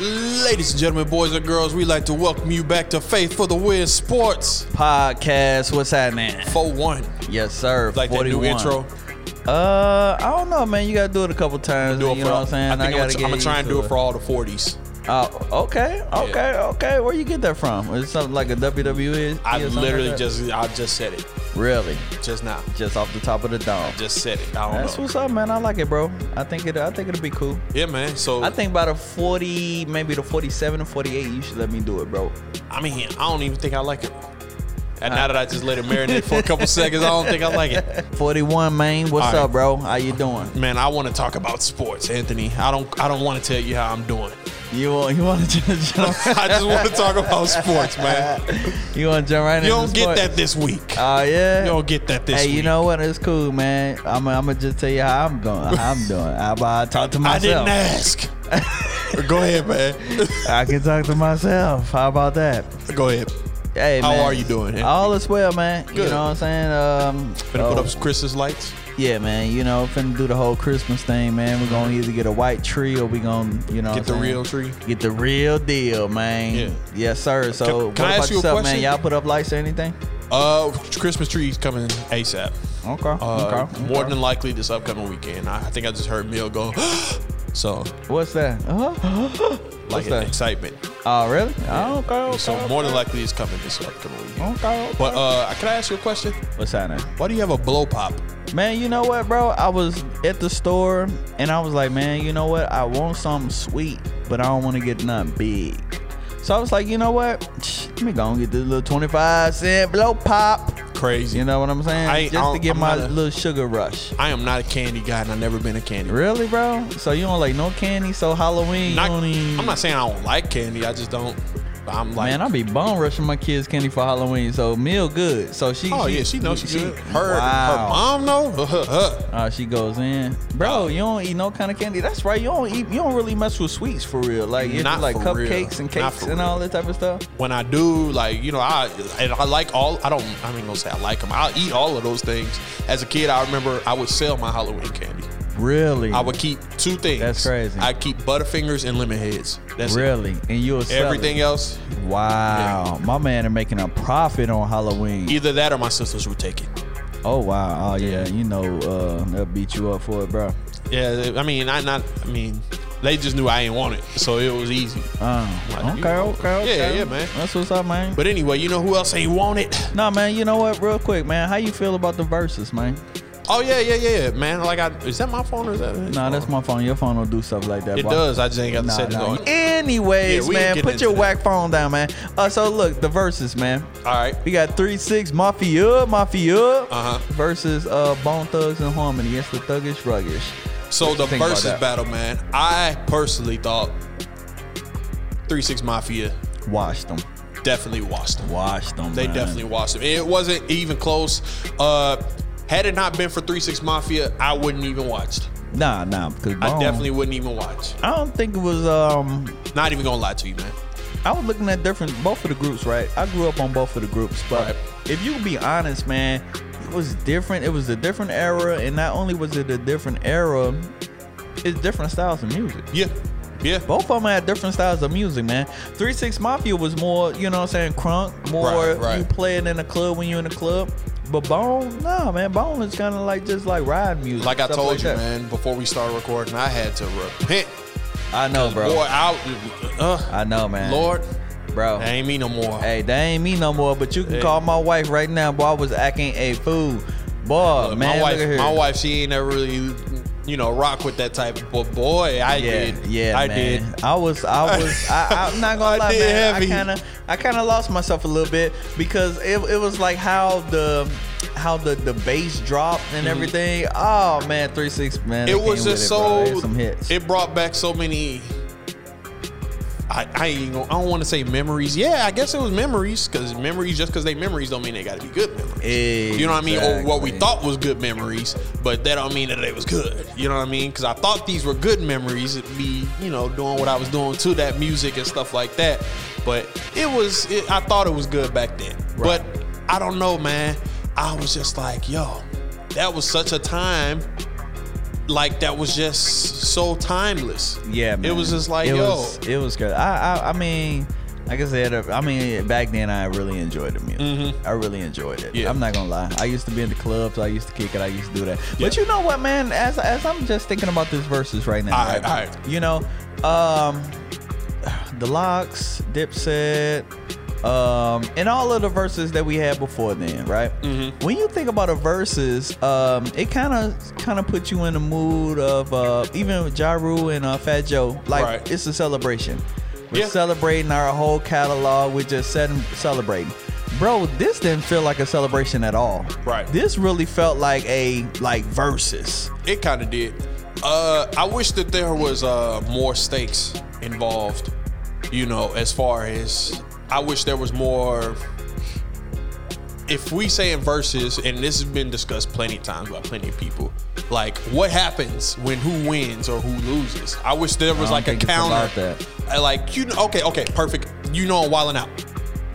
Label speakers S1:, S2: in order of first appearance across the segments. S1: Ladies and gentlemen, boys and girls, we'd like to welcome you back to Faith for the Win Sports
S2: podcast. What's happening?
S1: 4 1.
S2: Yes, sir.
S1: Like that new
S2: 41.
S1: intro.
S2: Uh, I don't know, man. You gotta do it a couple times.
S1: Do it
S2: you
S1: for
S2: know what I'm saying?
S1: I think
S2: gotta
S1: I'm,
S2: get
S1: gonna try and
S2: used
S1: do
S2: to
S1: it for all the 40s.
S2: Uh, okay, okay, okay. Where you get that from? Is it something like a WWE?
S1: I
S2: or something
S1: literally
S2: like that?
S1: just I just said it.
S2: really
S1: Just now.
S2: just off the top of the dome.
S1: Just said it. I don't
S2: That's
S1: know.
S2: what's up, man. I like it, bro. I think it. I think it'll be cool.
S1: yeah, man. So
S2: I think by the 40, maybe the 47 or 48, you should let me do it, bro.
S1: I mean, I don't even think I like it. And now that I just let it marinate for a couple seconds, I don't think I like it.
S2: 41, man. What's
S1: All right.
S2: up, bro? How you doing?
S1: Man, I want to talk about sports, Anthony. I don't I don't want to tell you how I'm doing.
S2: You want you want to jump?
S1: I just want to talk about sports, man.
S2: you want to jump right in?
S1: You don't get that this week.
S2: Oh yeah.
S1: You don't get that this
S2: Hey,
S1: week.
S2: you know what? It's cool, man. I'm, I'm gonna just tell you how I'm going. How I'm doing. How about I talk to
S1: I
S2: myself?
S1: didn't ask. Go ahead, man.
S2: I can talk to myself. How about that?
S1: Go ahead.
S2: Hey,
S1: How
S2: man.
S1: are you doing, Anthony?
S2: All is well, man. You
S1: Good.
S2: know what I'm saying? Um,
S1: Gonna put
S2: oh,
S1: up some Christmas lights.
S2: yeah, man. You know, finna do the whole Christmas thing, man. We're gonna either get a white tree or we gonna, you know,
S1: Get
S2: what
S1: the
S2: I'm saying?
S1: real tree.
S2: Get the real deal, man.
S1: Yeah.
S2: Yes, sir. So,
S1: Can-
S2: what
S1: can I
S2: about
S1: ask you a
S2: yourself, man?
S1: question?
S2: Y'all put up lights or anything?
S1: Uh, Christmas trees coming ASAP.
S2: Okay.
S1: Uh,
S2: okay.
S1: more
S2: okay.
S1: than likely this upcoming weekend. I, I think I just heard Mill go. so
S2: What's that? Uh-huh.
S1: like
S2: What's that?
S1: excitement.
S2: Oh, really? Oh, okay. okay,
S1: So
S2: okay.
S1: more than likely it's coming this upcoming weekend.
S2: Okay. okay.
S1: But uh, can I ask you a question?
S2: What's happening?
S1: Why do you have a blow pop?
S2: Man, you know what, bro? I was at the store and I was like, man, you know what? I want something sweet, but I don't want to get nothing big. So I was like, you know what? Shh, Let me go and get this little 25 cent blow pop.
S1: Crazy.
S2: You know what I'm saying?
S1: I- I
S2: Just to
S1: don't-
S2: get
S1: I'm
S2: my
S1: not a-
S2: little sugar rush.
S1: I am not a candy guy, and I've never been a candy.
S2: Really, bro? So you don't like no candy? So Halloween,
S1: Not,
S2: you don't even...
S1: I'm not saying I don't like candy. I just don't. I'm like
S2: Man, I be bone rushing my kids candy for Halloween. So meal good. So she.
S1: Oh yeah, she knows she, good. Her her
S2: Wow.
S1: mom know.
S2: Uh, she goes in, bro. You don't eat no kind of candy. That's right. You don't eat. You don't really mess with sweets for real. Like it's
S1: Not
S2: like
S1: for real.
S2: cupcakes and
S1: Not
S2: cakes
S1: for
S2: and all that type of stuff.
S1: when I do, like you know, I and I like all. I don't. I ain't gonna say I like them. I'll eat all of those things. As a kid, I remember I would sell my Halloween candy.
S2: Really,
S1: I would keep two things.
S2: That's crazy.
S1: I keep Butterfingers and lemon heads. That's it.
S2: really, and you'll sell
S1: Everything else,
S2: It. Wow, my man are making a profit on Halloween.
S1: either that or my sisters would take it.
S2: Oh wow, oh yeah, you know uh, they'll beat you up for it, bro.
S1: Yeah, I mean, I not. I mean, they just knew I ain't want it, so it was easy.
S2: Uh,
S1: Like, you-
S2: okay, okay, okay.
S1: Yeah, yeah, man.
S2: That's what's up, man.
S1: But anyway, you know who else ain't want it?
S2: nah, man, you know what? Real quick, man, how you feel about the verses, man?
S1: Oh yeah, yeah, yeah, man. Like, I is that my phone or is that? his
S2: Nah,
S1: phone?
S2: that's my phone. Your phone don't do stuff like that.
S1: It
S2: bro.
S1: does. I just ain't got to
S2: Nah,
S1: set it
S2: nah.
S1: on.
S2: Anyways,
S1: Yeah, we ain't
S2: man,
S1: getting
S2: put
S1: into
S2: your
S1: that.
S2: whack phone down, man. Uh, so look, the verses, man.
S1: All right.
S2: We got three six mafia, mafia
S1: Uh-huh.
S2: versus uh Bone Thugs and Harmony. It's the thuggish ruggish.
S1: So the
S2: think about
S1: versus
S2: that?
S1: battle, man. I personally thought Three Six Mafia
S2: Watch them,
S1: definitely washed them.
S2: watch them.
S1: They
S2: man.
S1: definitely washed them. It wasn't even close. Uh, had it not been for Three Six Mafia, I wouldn't even watched.
S2: nah nah because
S1: I definitely wouldn't even watch.
S2: I don't think it was um
S1: Not even gonna lie to you, man.
S2: I was looking at different both of the groups, right? I grew up on both of the groups, but
S1: Right.
S2: if you be honest, man, it was different. It was a different era, and not only was it a different era, it's different styles of music.
S1: Yeah, yeah.
S2: Both of them had different styles of music, man. Three Six Mafia was more, you know what I'm saying, crunk, more
S1: Right, right.
S2: you play it in the club when you're in the club. But Bone, nah, man, Bone is kind of like just like ride music.
S1: Like I
S2: stuff
S1: told you,
S2: that.
S1: man, before we started recording, I had to repent.
S2: I know, bro.
S1: Boy, out. Uh,
S2: I know, man.
S1: Lord,
S2: bro.
S1: that ain't me no more.
S2: Hey, that ain't me no more. But you can
S1: Hey.
S2: call my wife right now. Boy, I was acting a fool. Boy,
S1: Look,
S2: man,
S1: my
S2: look at
S1: wife,
S2: here.
S1: my wife, she ain't never really, you know, rock with that type. But boy, I
S2: yeah,
S1: did.
S2: yeah,
S1: I
S2: man.
S1: did.
S2: I was, I was, I, I'm
S1: I
S2: not gonna lie,
S1: did
S2: man.
S1: heavy.
S2: I kind of, I kind of lost myself a little bit because it, it was like how the, how the the bass dropped and everything. Oh man, three six man. they
S1: Mm-hmm. It was
S2: came with
S1: just
S2: it, bro.
S1: so.
S2: They had some hits.
S1: It brought back so many. I, I ain't gonna, I don't want to say memories. Yeah, I guess it was memories because memories just because they memories don't mean they got to be good memories. You know what I mean? Or what we
S2: Exactly.
S1: thought was good memories, but that don't mean that they was good. You know what I mean? Because I thought these were good memories. It'd be you know doing what I was doing to that music and stuff like that. But it was it, I thought it was good back then.
S2: Right.
S1: But I don't know, man. I was just like, yo, that was such a time like that was just so timeless.
S2: Yeah, man.
S1: It was just like,
S2: it
S1: yo.
S2: was, it was good. I, I, I mean, like I said, I mean, back then I really enjoyed the music. I really enjoyed it.
S1: Mm-hmm. Yeah.
S2: I'm not gonna lie. I used to be in the clubs. I used to kick it. I used to do that. But you know what, man? As as I'm just thinking about this verses right now,
S1: All right,
S2: right?
S1: all right.
S2: you know, um, the locks, Dipset. Um, and all of the verses that we had before then, right?
S1: Mm-hmm.
S2: When you think about the verses, um, it kind of kind of puts you in the mood of uh, even with Ja Rule and uh, Fat Joe. Like
S1: Right.
S2: it's a celebration. We're
S1: Yeah.
S2: celebrating our whole catalog. We're just setting, celebrating. Bro, this didn't feel like a celebration at all.
S1: Right.
S2: This really felt like a like verses.
S1: It kind of did. Uh, I wish that there was uh, more stakes involved. You know, as far as I wish there was more. If we say in verses, and this has been discussed plenty of times by plenty of people, like what happens when who wins or who loses. I wish there was
S2: don't
S1: like a
S2: think it's
S1: counter.
S2: about that.
S1: Uh, Like you, know, okay, okay, perfect. You know, I'm wilding out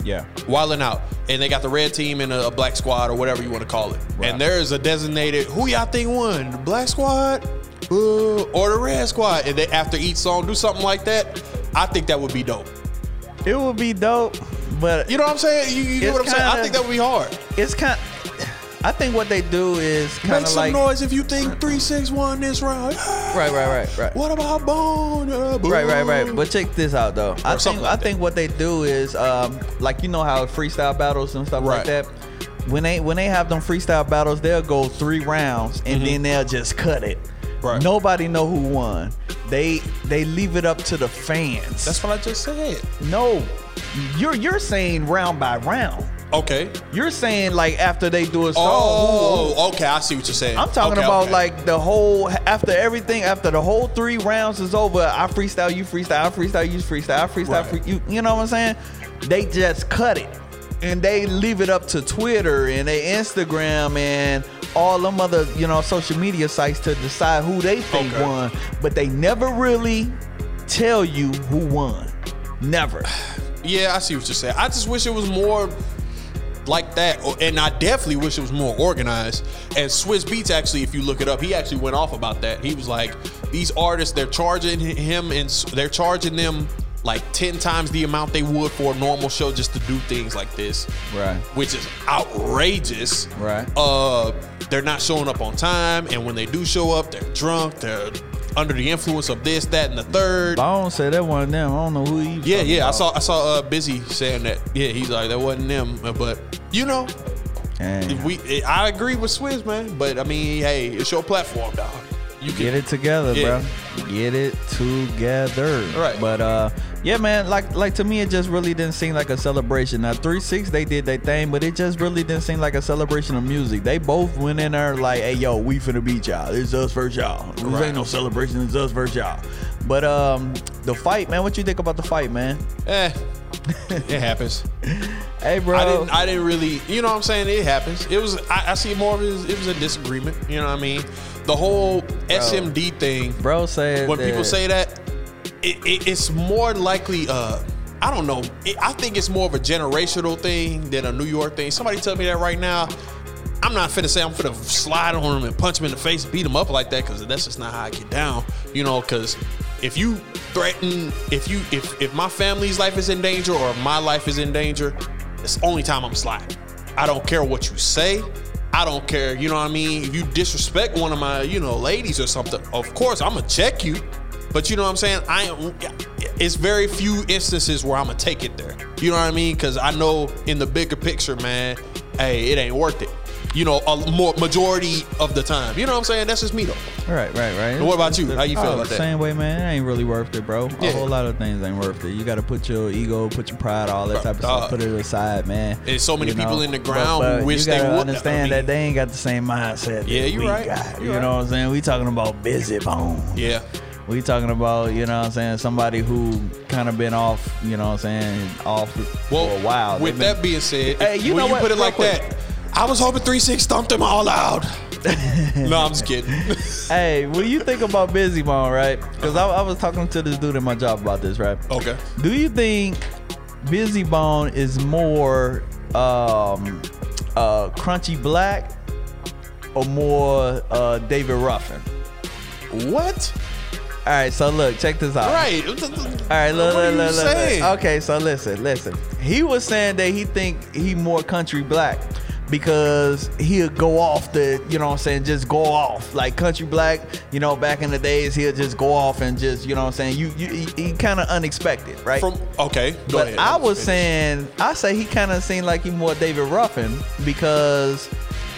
S2: Yeah.
S1: wilding out, and they got the red team and a, a black squad or whatever you want to call it.
S2: Right.
S1: And there is a designated who y'all think won, the black squad uh, or the red squad, and they after each song do something like that. I think that would be dope.
S2: It would be dope, but
S1: You know what I'm saying? You, you know
S2: It's
S1: what I'm saying? I
S2: kinda-
S1: think that would be hard.
S2: it's kind. I think what they do is kind
S1: Make
S2: of
S1: some
S2: like
S1: noise if you think three six won this round. Ah,
S2: right, right, right, right.
S1: What about Bone? Uh,
S2: Right, right, right. But check this out though. I think
S1: something like
S2: I think what they do is um like you know how freestyle battles and stuff
S1: Right.
S2: like that. When they when they have them freestyle battles, they'll go three rounds and then they'll just cut it.
S1: Mm-hmm. Right.
S2: Nobody know who won. They they leave it up to the fans.
S1: That's what I just said.
S2: no. You're you're saying round by round.
S1: Okay.
S2: You're saying like after they do a song. who- who-
S1: Oh, okay. I see what you're saying.
S2: I'm talking
S1: Okay,
S2: about
S1: okay.
S2: like the whole after everything after the whole three rounds is over. I freestyle, you freestyle, I freestyle, you freestyle, I freestyle,
S1: Right.
S2: free, you. You know what I'm saying? They just cut it and they leave it up to Twitter and they Instagram and all them other you know social media sites to decide who they think
S1: Okay.
S2: won, but they never really tell you who won. Never.
S1: Yeah, I see what you're saying. I just wish it was more like that, or- and I definitely wish it was more organized. And Swiss Beats actually, if you look it up, he actually went off about that. He was like, these artists, they're charging h- him, and s- they're charging them like ten times the amount they would for a normal show just to do things like this,
S2: Right.
S1: Which is outrageous,
S2: Right.
S1: Uh, they're not showing up on time, and when they do show up, they're drunk, they're under the influence of this, that, and the third.
S2: Bone said that one of them. I don't know who you.
S1: Yeah,
S2: talking
S1: yeah. I
S2: about.
S1: saw I saw uh, Busy saying that. Yeah, he's like that wasn't them, uh, but you know,
S2: Dang.
S1: we eh, I agree with Swizz, man. But I mean, hey, it's your platform, dog. You can
S2: Get it together,
S1: Yeah.
S2: bro. Get it together.
S1: Right.
S2: But uh, yeah, man. Like, like to me, it just really didn't seem like a celebration. Now, three six, they did their thing, but it just really didn't seem like a celebration of music. They both went in there like, "Hey, yo, we finna beat y'all. It's us versus y'all. This
S1: Right.
S2: ain't no celebration. It's us versus y'all." But um, the fight, man. What you think about the fight, man?
S1: Eh, it happens.
S2: Hey, bro.
S1: I didn't I didn't really you know what I'm saying. It happens. It was I, I see more of it. as- It was a disagreement. You know what I mean? The whole SMD thing.
S2: bro said
S1: when people
S2: that-
S1: say that, it, it, it's more likely. Uh, I don't know. It, I think it's more of a generational thing than a New York thing. Somebody tell me that right now. I'm not finna say I'm finna slide on him and punch him in the face, beat him up like that, because that's just not how I get down. You know, because if you threaten, if you if if my family's life is in danger or my life is in danger, it's the only time I'm sliding. I don't care what you say. I don't care. You know what I mean? If you disrespect one of my, you know, ladies or something, of course I'm gonna check you. But you know what I'm saying? I it's very few instances where I'm gonna take it there. You know what I mean? Because I know in the bigger picture, man, hey, it ain't worth it. You know, a more majority of the time. You know what I'm saying? That's just me though.
S2: Right, right, right.
S1: what about you? How you feel
S2: Oh,
S1: about that?
S2: Same way, man. It ain't really worth it, bro.
S1: Yeah.
S2: A whole lot of things ain't worth it. You got to put your ego, put your pride, all that type of
S1: dog.
S2: stuff, put it aside, man.
S1: There's so many
S2: You
S1: people
S2: know?
S1: in the
S2: But-
S1: ground who
S2: but
S1: wish
S2: you
S1: they
S2: gotta
S1: would.
S2: understand
S1: I mean-
S2: that they ain't got the same mindset.
S1: Yeah,
S2: that
S1: you
S2: we
S1: right.
S2: Got,
S1: You
S2: you
S1: right.
S2: know what I'm saying? We talking about busy bone.
S1: Yeah.
S2: We talking about you know what I'm saying somebody who kind of been off. You know what I'm saying off
S1: Well,
S2: for a while.
S1: With
S2: They've
S1: that
S2: been-
S1: being said,
S2: Hey,
S1: if-
S2: you
S1: when
S2: know
S1: you
S2: what?
S1: put it
S2: Real
S1: like
S2: quick.
S1: that, I was hoping three six thumped him all out. no, I'm just kidding.
S2: hey, when you think about busy bone, right? Because I, I was talking to this dude at my job about this, right?
S1: okay.
S2: Do you think Busy Bone is more um, uh, Crunchy Black or more uh, David Ruffin?
S1: What?
S2: All right, so look, check this out.
S1: Right.
S2: All right, look,
S1: What are
S2: look,
S1: you
S2: look, look,
S1: saying?
S2: look. Okay, so listen, listen. He was saying that he think he more country black because he'll go off the, you know what I'm saying, just go off. Like country black, you know, back in the days, he'll just go off and just, you know what I'm saying, you, you he, he kind of unexpected, right?
S1: From okay, go
S2: but
S1: ahead.
S2: I was
S1: Finish.
S2: saying, I say he kind of seemed like he more David Ruffin because,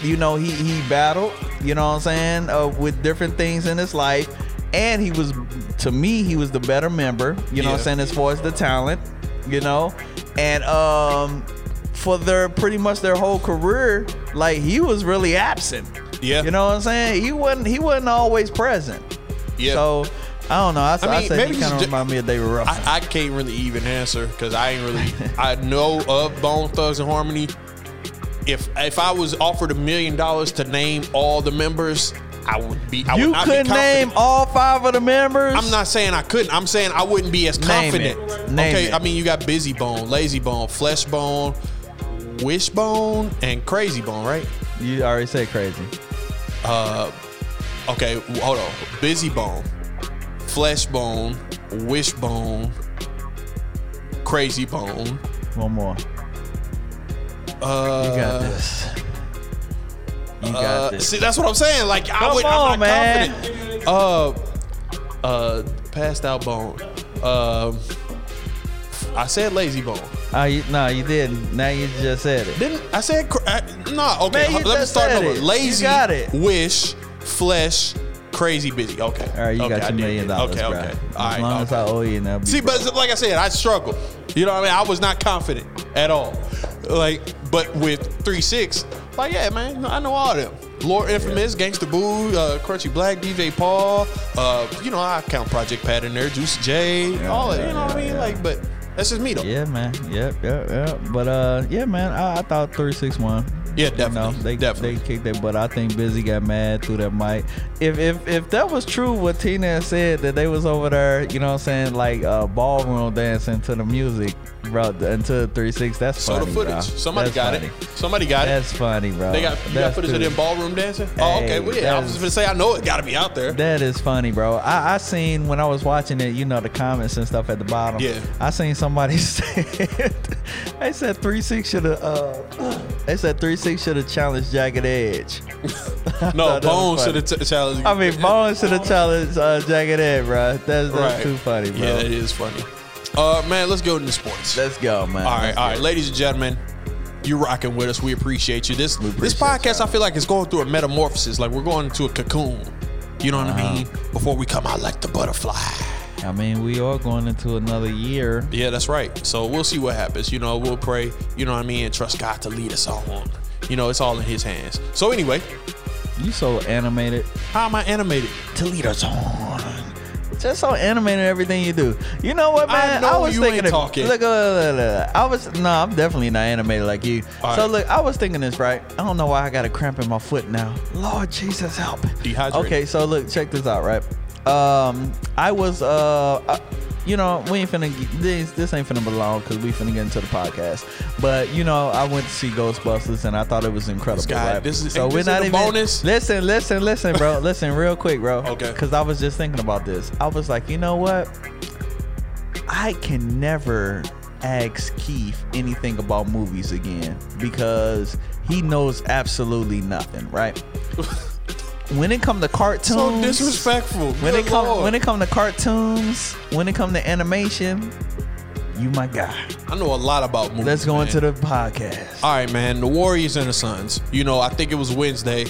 S2: you know, he he battled, you know what I'm saying, uh, with different things in his life, and he was, to me, he was the better member, you know what
S1: Yeah.
S2: I'm saying, as far as the talent, you know, and um, for their pretty much their whole career, like he was really absent.
S1: Yeah.
S2: you know what I'm saying. He wasn't he wasn't always present.
S1: yeah.
S2: So I don't know. I, I,
S1: I mean,
S2: say
S1: maybe
S2: he
S1: he's
S2: kind of
S1: ju-
S2: remind me of David Ruffin.
S1: I, I can't really even answer because I ain't really. I know of Bone Thugs and Harmony. If if I was offered a million dollars to name all the members, I would be. I would
S2: you
S1: not be
S2: could
S1: confident.
S2: name all five of the members.
S1: I'm not saying I couldn't. I'm saying I wouldn't be as
S2: Name
S1: confident.
S2: it. Name
S1: okay,
S2: it.
S1: I mean you got Busy Bone, Lazy Bone, Flesh Bone, Wishbone, and Crazy Bone, right?
S2: You already said crazy.
S1: Okay, w- hold on. Busy Bone, Flesh Bone, Wishbone, Crazy Bone.
S2: One more.
S1: Uh,
S2: You got this. You
S1: Uh,
S2: got this.
S1: see, that's what I'm saying. Like, I
S2: Come
S1: would,
S2: on,
S1: I'm not
S2: man.
S1: confident. Uh, uh, passed out bone. Um, I said lazy bone.
S2: Oh, you, no, you didn't. Now you just said it.
S1: Didn't I said cr- I, no? Okay,
S2: Man, you
S1: h- let me
S2: just
S1: start
S2: said
S1: over.
S2: it. You
S1: Lazy,
S2: got it.
S1: wish, flesh, crazy, busy. Okay.
S2: All right, you
S1: okay,
S2: got
S1: I
S2: your
S1: did
S2: million
S1: it.
S2: dollars,
S1: Okay,
S2: bro.
S1: okay.
S2: As
S1: All right.
S2: long
S1: okay.
S2: as I owe you, now.
S1: See, but like I said, I struggled. You know what I mean? I was not confident at all. Like, but with three six, like yeah, man, I know all them. Lord Infamous, Gangsta Boo, uh, Crunchy Black, DJ Paul, uh, you know, I count Project Pat in there, Juicy J, all that, you know what I mean? Like, but that's just me though. Yeah,
S2: Yeah, man. Yep, yep, yep. But uh, yeah, man. I, I thought three six one.
S1: Yeah,
S2: You
S1: definitely,
S2: know, they
S1: definitely.
S2: they kicked their butt. I think Busy got mad through that mic. If if if that was true, what Tina said that they was over there, you know, what I'm saying like uh, ballroom dancing to the music, bro. Until three six, that's
S1: so
S2: funny,
S1: the footage.
S2: bro.
S1: Somebody
S2: That's
S1: got
S2: funny.
S1: it. Somebody got it.
S2: That's funny, bro.
S1: They got you got
S2: That's
S1: footage of
S2: too-
S1: them ballroom dancing? oh,
S2: Hey,
S1: okay. Well yeah, I was
S2: that's-
S1: just gonna say I know it gotta be out there.
S2: That is funny, bro. I, I seen when I was watching it, you know, the comments and stuff at the bottom.
S1: Yeah.
S2: I seen somebody say they said three six should have uh they said three six should have challenged Jagged Edge.
S1: no,
S2: thought that was
S1: Bones should
S2: funny.
S1: have t- challenged.
S2: I mean Bones should have challenged uh, Jagged Edge, bro. That's that's too funny, bro.
S1: Yeah, it is funny. Uh man, let's go to the sports.
S2: Let's go, man.
S1: All right, all right, ladies and gentlemen, you're rocking with us. We appreciate you. This this
S2: appreciate
S1: podcast, I feel like, is going through a metamorphosis. Like we're going into a cocoon. You know what I mean? Before we come out like the butterfly.
S2: I mean, we are going into another year.
S1: Yeah, that's right. So we'll see what happens. You know, we'll pray. You know what I mean? And trust God to lead us on. You know, it's all in His hands. So anyway,
S2: You so animated.
S1: how am I animated?
S2: to lead us on. Just so animated in everything you do. You know what,
S1: I
S2: man?
S1: know
S2: was
S1: you
S2: thinking.
S1: ain't
S2: of-
S1: talking.
S2: Look, look, look, look, look. I was no, I'm definitely not animated like you.
S1: All
S2: so
S1: right.
S2: look, I was thinking this right. I don't know why I got a cramp in my foot now. Lord Jesus, help!
S1: Dehydrated.
S2: Okay, so look, check this out, right? Um, I was uh. I, you know, we ain't finna get- this. This ain't finna belong because we finna get into the podcast. But you know, I went to see Ghostbusters and I thought it was incredible.
S1: guy-
S2: right?
S1: this is-
S2: so
S1: ain't
S2: we're
S1: this
S2: not
S1: in the
S2: even
S1: bonus?
S2: Listen, listen, listen, bro. listen, real quick, bro.
S1: Okay.
S2: Because I was just thinking about this. I was like, you know what? I can never ask Keith anything about movies again because he knows absolutely nothing, right? when it come to cartoons,
S1: So disrespectful.
S2: When it
S1: Good
S2: come,
S1: Lord.
S2: when it come to cartoons, when it come to animation, you my guy.
S1: I know a lot about movies.
S2: Let's go
S1: man.
S2: into the podcast.
S1: All right, man. The Warriors and the Suns. You know, I think it was Wednesday.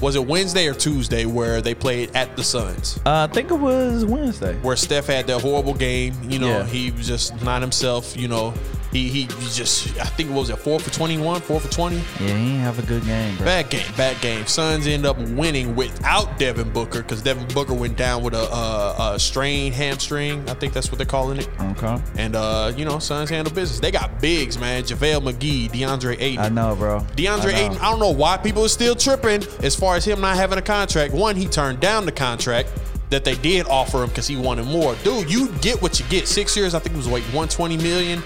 S1: Was it Wednesday or Tuesday where they played at the Suns?
S2: Uh, I think it was Wednesday.
S1: where Steph had that horrible game. You know,
S2: Yeah.
S1: he was just not himself. You know, he he just I think it was at four for twenty one, four for twenty.
S2: Yeah, he ain't have a good game, bro.
S1: Bad game, bad game. Suns end up winning without Devin Booker because Devin Booker went down with a, a, a strained hamstring. I think that's what they're calling it.
S2: Okay.
S1: And uh, you know, Suns handle business. They got bigs, man. JaVale McGee, DeAndre Ayton.
S2: I know, bro.
S1: DeAndre
S2: I know.
S1: Ayton, I don't know why people are still tripping as far as him not having a contract. One, he turned down the contract that they did offer him because he wanted more. Dude, you get what you get. Six years, I think it was like 120 million.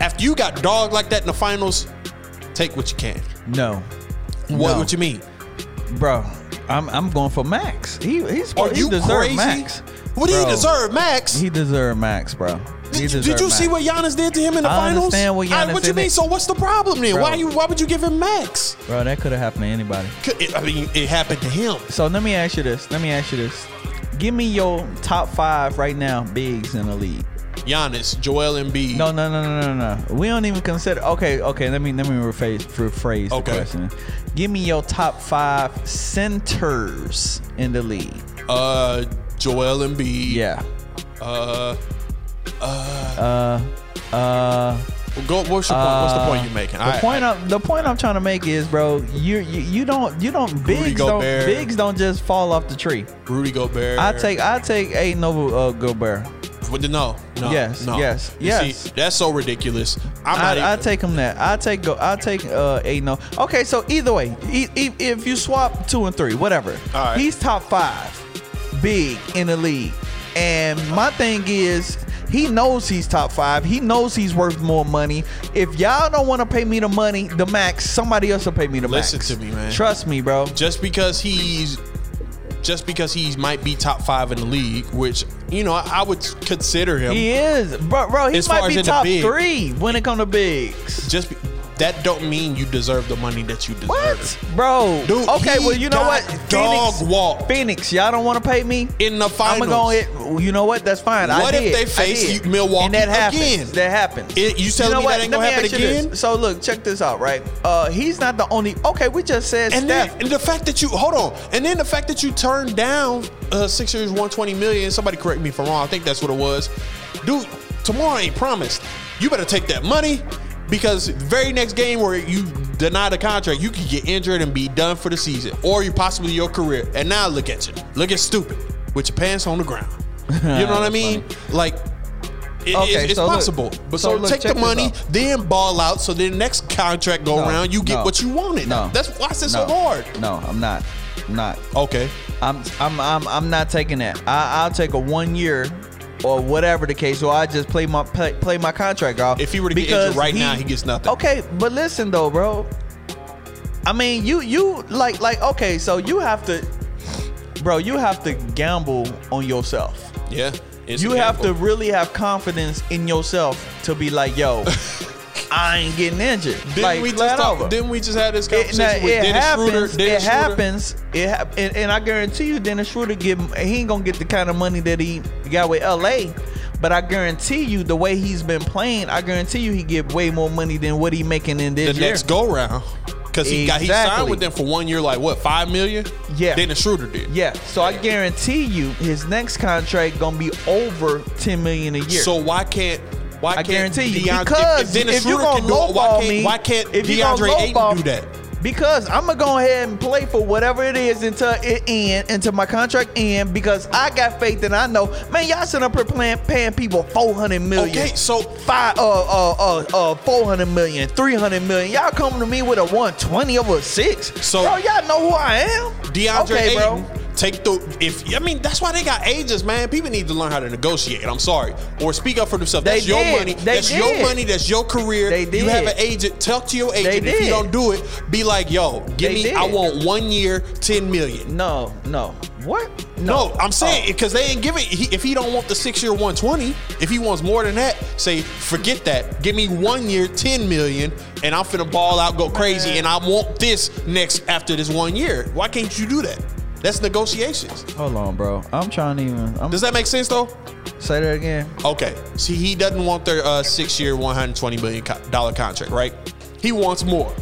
S1: After you got dogged like that in the finals, take what you can.
S2: No.
S1: What
S2: No.
S1: what you mean?
S2: Bro, I'm I'm going for Max. He he's
S1: Are
S2: Oh, he
S1: you
S2: deserved
S1: crazy?
S2: Max.
S1: What do
S2: Bro.
S1: he deserve, Max?
S2: He deserved Max, bro. He
S1: did, you- did
S2: deserved
S1: you see
S2: Max.
S1: what Giannis did to him in the
S2: I
S1: finals?
S2: understand what
S1: I-
S2: Giannis
S1: what you
S2: did.
S1: mean? So what's the problem then?
S2: Bro.
S1: Why you? Why would you give him max?
S2: bro? That could have happened to anybody.
S1: Could- it- I mean, it happened to him.
S2: So let me ask you this. Let me ask you this. Give me your top five right now bigs in the league.
S1: Giannis, Joel Embiid.
S2: No, no, no, no, no, no. We don't even consider. Okay, okay. Let me let me rephrase rephrase
S1: Okay.
S2: the question. Give me your top five centers in the league.
S1: Uh, Joel Embiid.
S2: Yeah.
S1: Uh,
S2: Uh. Uh.
S1: go. What's your point? What's the point
S2: Uh,
S1: you're making?
S2: The
S1: I-
S2: point I'm the point I'm trying to make is, bro, you you, you don't you don't bigs don't
S1: Gobert.
S2: bigs don't just fall off the tree.
S1: I- Rudy Gobert.
S2: I take I take Aiden over uh, Gobert.
S1: But no, no,
S2: Yes,
S1: no.
S2: yes,
S1: You
S2: yes.
S1: See, that's so ridiculous. I'm not.
S2: I, I
S1: even-
S2: take him that. I take go. I take uh eight no. Okay, so either way, e- e- if you swap two and three, whatever,
S1: All right.
S2: he's top five, big in the league. And my thing is, he knows he's top five. He knows he's worth more money. If y'all don't want to pay me the money, the max, somebody else will pay me the
S1: Listen
S2: max.
S1: to me, man.
S2: Trust me, bro.
S1: just because he's just because he might be top five in the league, which you know I, I would consider him.
S2: He is, bro. Bro, he
S1: As far
S2: might
S1: as
S2: be
S1: in the
S2: top
S1: big.
S2: three when it comes to bigs.
S1: Just be, that don't mean you deserve the money that you deserve.
S2: What, bro?
S1: Dude, he
S2: okay, well, you know
S1: got
S2: what?
S1: dog
S2: Phoenix,
S1: walked.
S2: Phoenix, y'all don't want to pay me.
S1: in the
S2: I'm
S1: finals.
S2: gonna go hit. You know what? That's fine. I
S1: What if
S2: did.
S1: they
S2: I
S1: face
S2: did.
S1: you- Milwaukee
S2: and that happens.
S1: again?
S2: That happens.
S1: It- you telling me that ain't
S2: Let
S1: gonna
S2: me
S1: happen
S2: ask you this.
S1: again?
S2: So look, check this out, right? Uh, he's not the only. Okay, we just said
S1: And
S2: Steph.
S1: then and the fact that you hold on, and then the fact that you turned down uh, six years, one twenty million. Somebody correct me if I'm wrong. I think that's what it was, dude. Tomorrow ain't promised. You better take that money because the very next game where you deny the contract, you could get injured and be done for the season, or you possibly your career. And now look at you, looking stupid with your pants on the ground. You know what I
S2: That's
S1: mean? Like. It,
S2: Okay,
S1: it's it's
S2: so look-
S1: possible, but
S2: so
S1: so,
S2: look,
S1: take
S2: check
S1: the
S2: this
S1: money,
S2: out.
S1: then ball out. So then next contract go
S2: No,
S1: around, you get
S2: no,
S1: what you wanted.
S2: no,
S1: that's why it's
S2: no,
S1: so hard.
S2: No, I'm not. I'm not.
S1: Okay.
S2: I'm I'm I'm I'm not taking that. I, I'll take a one year or whatever the case. Or I just play my play, play my contract off.
S1: If he were to get
S2: Because
S1: injured right now, he gets nothing.
S2: Okay, but listen though, bro. I mean, you you like like okay, so you have to, bro. You have to gamble on yourself.
S1: Yeah. It's
S2: You
S1: a
S2: have to
S1: gamble.
S2: really have confidence in yourself to be like, yo, I ain't getting injured.
S1: Didn't
S2: like,
S1: we just
S2: flat
S1: talk,
S2: over.
S1: Didn't we just have this
S2: It,
S1: conversation
S2: now,
S1: with
S2: it
S1: Dennis
S2: happens.
S1: Schroeder?
S2: it
S1: Dennis Schroeder?
S2: happens. It hap- and, and I guarantee you, Dennis Schroeder give him- he ain't gonna get the kind of money that he got with LA. But I guarantee you, the way he's been playing, I guarantee you, he get way more money than what he making in
S1: The
S2: this year.
S1: next go round. Because he got he signed
S2: Exactly.
S1: with them for one year, like what, five million?
S2: Yeah.
S1: Dennis Schroeder did.
S2: Yeah. So I guarantee you, his next contract gonna be over ten million a year.
S1: So why can't why
S2: I
S1: can't
S2: guarantee you,
S1: DeAndre,
S2: because
S1: if Dennis
S2: if you
S1: Schroeder
S2: gonna
S1: can do it, why
S2: lowball
S1: can't,
S2: me,
S1: why can't
S2: if you gonna
S1: DeAndre Ayton
S2: lowball-
S1: do that?
S2: Because I'm gonna go ahead and play for whatever it is until it end, until my contract end. Because I got faith and I know, man, y'all sitting up here playing, paying people 400 million.
S1: Okay, so
S2: Five, uh, uh, uh, uh, 400 million, 300 million. Y'all coming to me with a 120 over a six.
S1: So-
S2: bro, y'all know who I am.
S1: DeAndre
S2: okay,
S1: Ayton,
S2: bro.
S1: take the if I mean that's why they got agents, man. People need to learn how to negotiate. I'm sorry, or speak up for themselves.
S2: They
S1: that's your
S2: did.
S1: money.
S2: They
S1: that's your
S2: did.
S1: money. That's your career.
S2: They
S1: You have an
S2: did.
S1: agent. Talk to your agent.
S2: They
S1: if you
S2: did.
S1: don't do it, be like, yo, give
S2: They
S1: me.
S2: did.
S1: I want one year, ten million.
S2: No, no. What?
S1: No, I'm saying because they ain't giving. He, if he don't want the six year 120, if he wants more than that, say forget that. Give me one year 10 million, and I'm finna ball out, go crazy, and I want this next after this one year. Why can't you do that? That's negotiations.
S2: Hold on, bro. I'm trying to even. I'm
S1: Does that make sense though?
S2: say that again.
S1: Okay. See, he doesn't want their uh, six-year, one hundred twenty million dollar contract, right? He wants more.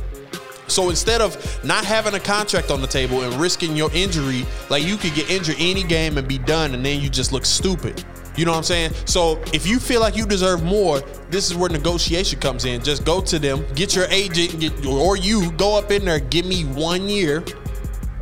S1: So instead of not having a contract on the table and risking your injury, like you could get injured any game and be done, and then you just look stupid. You know what I'm saying? So if you feel like you deserve more, this is where negotiation comes in. Just go to them, get your agent, get, or you go up in there, give me one year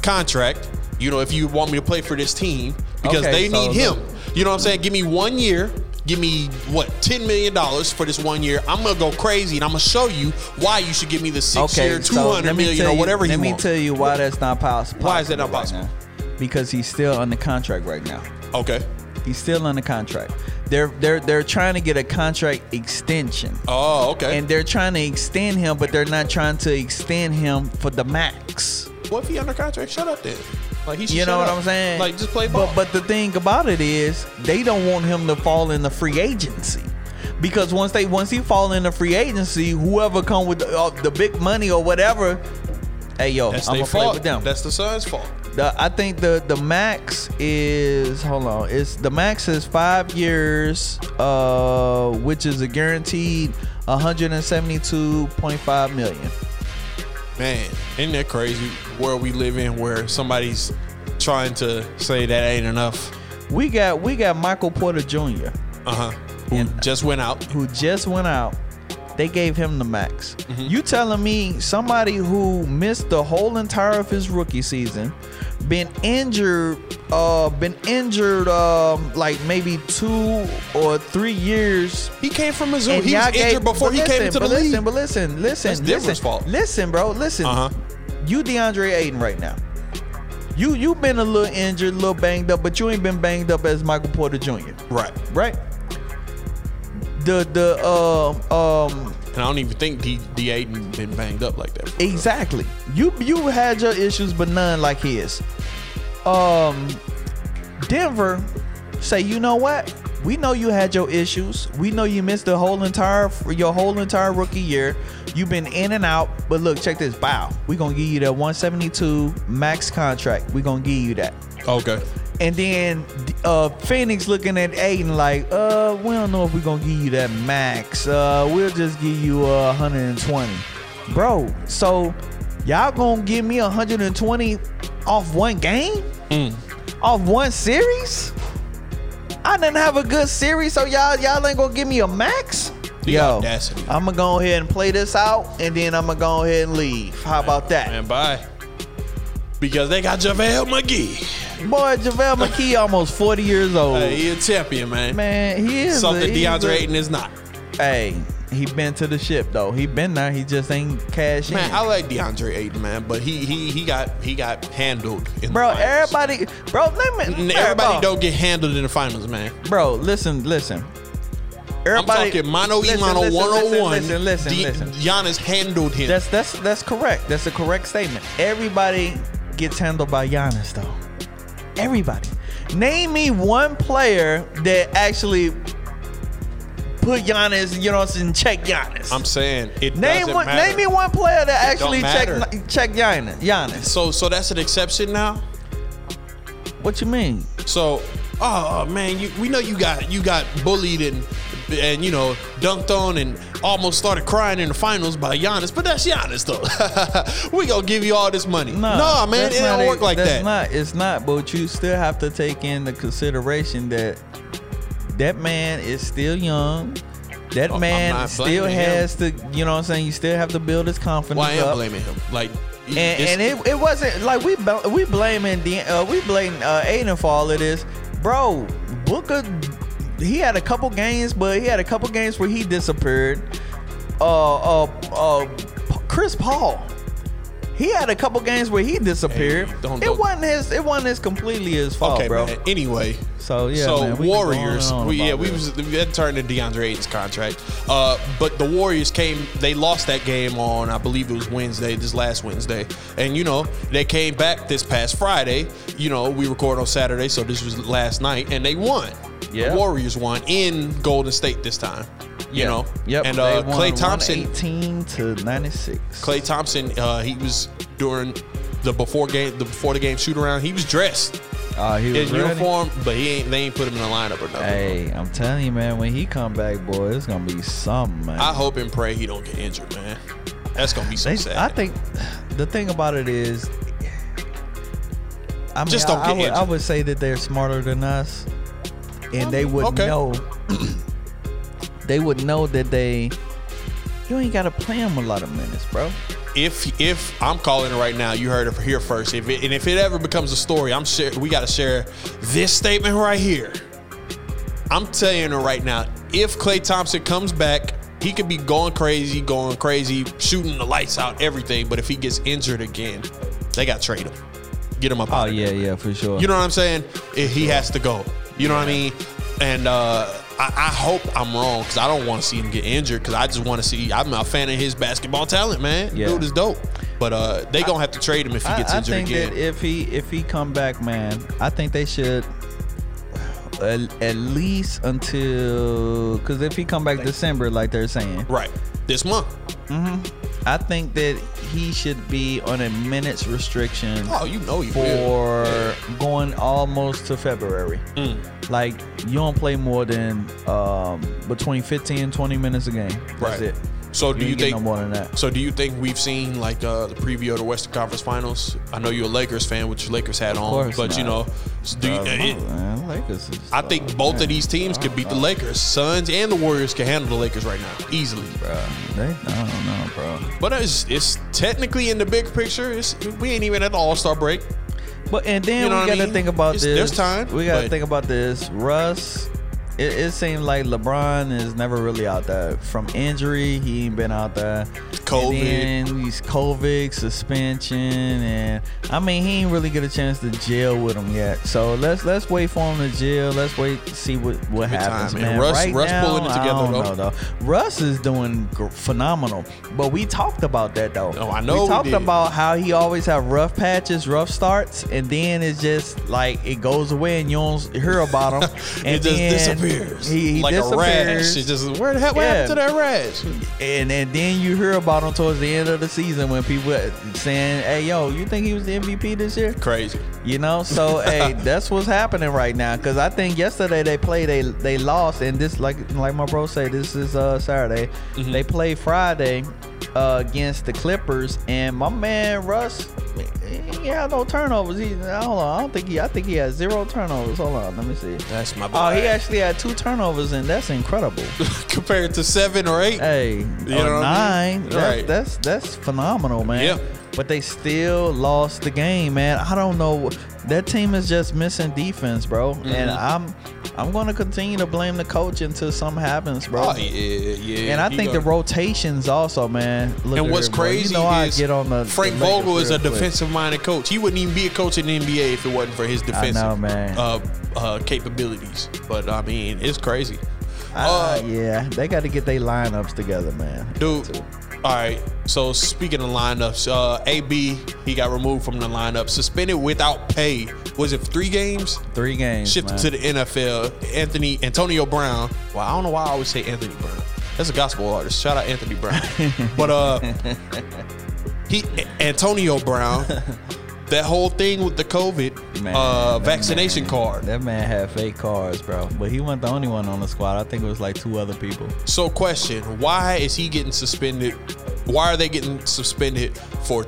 S1: contract. You know, if you want me to play for this team, because
S2: Okay,
S1: they
S2: so
S1: need
S2: look-
S1: him. You know what I'm saying? Give me one year. Give me what ten million dollars for this one year. I'm gonna go crazy and I'm gonna show you why you should give me the six year two
S2: so
S1: hundred
S2: let
S1: million
S2: me tell
S1: or whatever
S2: you,
S1: you
S2: Let me
S1: want.
S2: tell you why that's not possible.
S1: Why is that not
S2: right
S1: possible?
S2: now. Because he's still under contract right now.
S1: okay.
S2: He's still under contract. They're they're they're trying to get a contract extension.
S1: Oh, okay.
S2: And they're trying to extend him, but they're not trying to extend him for the max.
S1: what if he under contract? Shut up then. Like he should
S2: You know
S1: shut
S2: what
S1: up.
S2: I'm saying?
S1: Like just play ball.
S2: But but the thing about it is they don't want him to fall in the free agency. Because once they once he fall in the free agency, whoever come with the, uh, the big money or whatever, hey yo,
S1: that's
S2: I'm
S1: their
S2: gonna play
S1: fault.
S2: with them.
S1: That's the son's fault.
S2: The- I think the the max is hold on. It's the max is five years, uh, which is a guaranteed 172.5 million.
S1: Man, isn't that crazy world we live in where somebody's trying to say that ain't enough?
S2: We got we got Michael Porter Jr.
S1: Uh huh. Who
S2: And-
S1: just went out.
S2: who just went out. They gave him the max.
S1: Mm-hmm.
S2: You telling me somebody who missed the whole entire of his rookie season, been injured, uh, been injured um, like maybe two or three years
S1: He came from Missouri. He was
S2: y'all gave-
S1: injured before
S2: but
S1: he came
S2: listen,
S1: into the
S2: but
S1: league.
S2: Listen, but listen, listen,
S1: That's Denver's
S2: listen,
S1: fault.
S2: listen, bro, listen.
S1: Uh-huh.
S2: You DeAndre Ayton right now. You you been a little injured, a little banged up, but you ain't been banged up as Michael Porter Jr.
S1: right.
S2: Right? The the um um
S1: And I don't even think D D Aiden been banged up like that.
S2: exactly. You you had your issues, but none like his. Um, Denver say, you know what? We know you had your issues. We know you missed the whole entire your whole entire rookie year. You've been in and out, but look, check this. Bow. We're gonna give you that 172 max contract. We're gonna give you that.
S1: Okay.
S2: And then uh, Phoenix looking at Aiden like, uh, we don't know if we're gonna give you that max. Uh, we'll just give you uh, 120, bro. So y'all gonna give me 120 off one game,
S1: Mm.
S2: off one series? I didn't have a good series, so y'all y'all ain't gonna give me a max.
S1: The
S2: Yo,
S1: audacity.
S2: I'm gonna go ahead and play this out, and then I'm gonna go ahead and leave. How about that?
S1: And bye. Because they got JaVale McGee.
S2: Boy, JaVale McKee almost 40 years old.
S1: Hey, he a champion, man.
S2: Man, he is
S1: Something
S2: a, he's
S1: DeAndre
S2: a-
S1: Ayton is not.
S2: Hey, he been to the ship though. He been there. He just ain't cash
S1: Man,
S2: in.
S1: I like DeAndre Ayton, man, but he he he got he got handled in
S2: bro,
S1: the finals.
S2: everybody, bro, let me.
S1: N-
S2: bro,
S1: Everybody
S2: bro,
S1: don't get handled in the finals, man.
S2: Bro, listen, listen. Everybody,
S1: I'm talking mono e mono
S2: listen,
S1: one on one.
S2: Listen, listen, listen.
S1: Giannis handled him.
S2: That's that's that's correct. That's a correct statement. Everybody gets handled by Giannis though. Everybody. Name me one player that actually put Giannis, you know, what I'm saying, check Giannis.
S1: I'm saying it
S2: name
S1: doesn't
S2: one.
S1: matter.
S2: Name me one player that actually
S1: matter.
S2: check check Giannis. Giannis.
S1: So so that's an exception now.
S2: What you mean?
S1: So oh man, you, we know you got you got bullied and and you know dunked on and almost started crying in the finals by Giannis, but that's Giannis though. we gonna give you all this money.
S2: Nah,
S1: nah, man,
S2: that's
S1: it
S2: not
S1: don't work like
S2: that's
S1: that.
S2: Not, it's not, but you still have to take into consideration that that man is still young. That
S1: Oh, I'm
S2: man
S1: not
S2: still
S1: blaming
S2: has to, you know what I'm saying? You still have to build his confidence
S1: Well, I am
S2: up.
S1: blaming him. Like
S2: And,
S1: it's-
S2: and it, it wasn't like we bl- we blaming the uh, we blame uh, Aiden for all of this, bro. Booker, he had a couple games, but he had a couple games where he disappeared. Uh, uh, uh, P- Chris Paul, he had a couple games where he disappeared.
S1: Hey, don't-
S2: it
S1: don't-
S2: wasn't his. It wasn't his completely his fault,
S1: okay,
S2: bro.
S1: man. Anyway,
S2: So yeah,
S1: so
S2: man, we can go on and
S1: Warriors,
S2: on
S1: we,
S2: about
S1: yeah, we
S2: this.
S1: was we had turned to DeAndre Ayton's contract, uh, but the Warriors came. They lost that game on, I believe it was Wednesday, this last Wednesday, and you know they came back this past Friday. You know we record on Saturday, so this was last night, and they won.
S2: Yeah.
S1: The Warriors won in Golden State this time. You
S2: Yeah.
S1: know,
S2: Yep.
S1: and uh,
S2: they won
S1: Clay Thompson
S2: 118 to 96.
S1: Clay Thompson, uh, he was during the before game, the before the game shoot around. He was dressed
S2: uh, he
S1: in
S2: was ready.
S1: uniform, but he ain't. They ain't put him in the lineup or nothing.
S2: Hey, I'm telling you, man, when he come back, boy, it's gonna be something, man.
S1: I hope and pray he don't get injured, man. That's gonna be so
S2: They-
S1: sad.
S2: I think the thing about it is, I mean,
S1: Just
S2: I-
S1: don't
S2: I,
S1: get
S2: would, I
S1: injured.
S2: would say that they're smarter than us, and they would
S1: okay.
S2: know. they would know that they. You ain't gotta play him a lot of minutes, bro. Oh,
S1: if if I'm calling it right now, you heard it here first. If it, and if it ever becomes a story, I'm sure we got to share this statement right here. I'm telling it right now. If Clay Thompson comes back, he could be going crazy, going crazy, shooting the lights out, everything. But if he gets injured again, they got to trade him, get him up.
S2: Oh
S1: out of
S2: yeah,
S1: there.
S2: yeah, for sure.
S1: You know what I'm saying? Eh, He has to go. You know what I mean? And uh, I, I hope I'm wrong because I don't want to see him get injured because I just want to see. I'm a fan of his basketball talent, man.
S2: Yeah.
S1: Dude is dope. But uh, they gonna have to trade him if he
S2: I,
S1: gets
S2: I
S1: injured
S2: think
S1: again.
S2: that if he if he come back, man, I think they should at, at least until because if he come back December, like they're saying,
S1: right. This month.
S2: I think that he should be on a minutes restriction
S1: Oh, you know you will.
S2: for going almost to February.
S1: Mm.
S2: Like you don't play more than um, between 15 and 20 minutes a game. That's
S1: Right.
S2: it.
S1: So do
S2: ain't
S1: you
S2: getting
S1: think
S2: no more than that?
S1: So do you think we've seen like uh, the preview of the Western Conference Finals? I know you're a Lakers fan, which Lakers had on,
S2: course
S1: but you know,
S2: not.
S1: do you,
S2: Uh,
S1: it-
S2: man, Lakers is,
S1: I think
S2: uh,
S1: both
S2: man,
S1: of these teams could beat the Lakers. Suns and the Warriors can handle the Lakers right now easily.
S2: bruh, They, I don't know, bro.
S1: But it's it's technically in the big picture. It's, we ain't even at the All Star break.
S2: But and then
S1: You know what
S2: we
S1: I
S2: got to
S1: mean?
S2: think about
S1: It's-
S2: this.
S1: there's time,
S2: We got to
S1: but-
S2: think about this. Russ, it, it seems like LeBron is never really out there from injury. He ain't been out there.
S1: COVID.
S2: And then he's COVID suspension, and I mean he ain't really get a chance to jail with him yet. So let's let's wait for him to jail. Let's wait to see what what
S1: it
S2: happens,
S1: time, man.
S2: man.
S1: Russ-
S2: right
S1: Russ
S2: now,
S1: pulling it
S2: I
S1: together,
S2: don't
S1: though.
S2: know, though. Russ is doing gr- phenomenal, but we talked about that though.
S1: Oh, I know
S2: We
S1: we
S2: talked
S1: did.
S2: about about how he always have rough patches, rough starts, and then it's just like it goes away and you don't hear about him.
S1: It
S2: And
S1: just
S2: then
S1: disappears
S2: He, he
S1: like a rash.
S2: disappears.
S1: It just where the heck what
S2: Yeah.
S1: happened to that rash?
S2: and, and then you hear about him towards the end of the season when people uh, saying, "Hey, yo, you think he was the MVP this year?"
S1: Crazy.
S2: You know, so hey, that's what's happening right now. Cause I think yesterday they played, they they lost, and this like like my bro say, this is uh Saturday. They played Friday uh, against the Clippers, and my man Russ, he ain't had no turnovers. He, hold on, I don't think he, I think he had zero turnovers. Hold on, let me see.
S1: That's my boy.
S2: Oh, he actually had two turnovers, and that's incredible.
S1: compared to seven or eight.
S2: Hey,
S1: know what
S2: or
S1: I
S2: nine.
S1: mean?
S2: That's,
S1: Right.
S2: that's that's phenomenal, man.
S1: Yeah.
S2: But they still lost the game, man. I don't know. That team is just missing defense, bro.
S1: Mm-hmm.
S2: And I'm I'm gonna continue to blame the coach until something happens, bro.
S1: Oh, yeah, yeah.
S2: And I
S1: He
S2: think
S1: gonna-
S2: the rotations also, man. Look
S1: And
S2: at
S1: what's
S2: it, bro.
S1: crazy
S2: you know I
S1: is
S2: get on the
S1: Frank
S2: the Lakers
S1: Vogel is
S2: real
S1: a
S2: quick.
S1: defensive minded coach. He wouldn't even be a coach in the NBA if it wasn't for his defensive
S2: man.
S1: Uh, uh, capabilities. But I mean, it's crazy.
S2: Ah,
S1: Uh,
S2: yeah, they got to get their lineups together, man.
S1: Dude, all right. So speaking of lineups, uh, AB he got removed from the lineup, suspended without pay. Was it three games?
S2: Three games.
S1: Shifted
S2: man.
S1: to the NFL. Anthony Antonio Brown. Well, I don't know why I always say Anthony Brown. That's a gospel artist. Shout out Anthony Brown. but uh, he Antonio Brown. That whole thing with the COVID
S2: Man,
S1: uh,
S2: that
S1: vaccination
S2: man-
S1: card.
S2: That man had fake cards, bro. But he wasn't the only one on the squad. I think it was like two other people.
S1: So, question: Why is he getting suspended? Why are they getting suspended for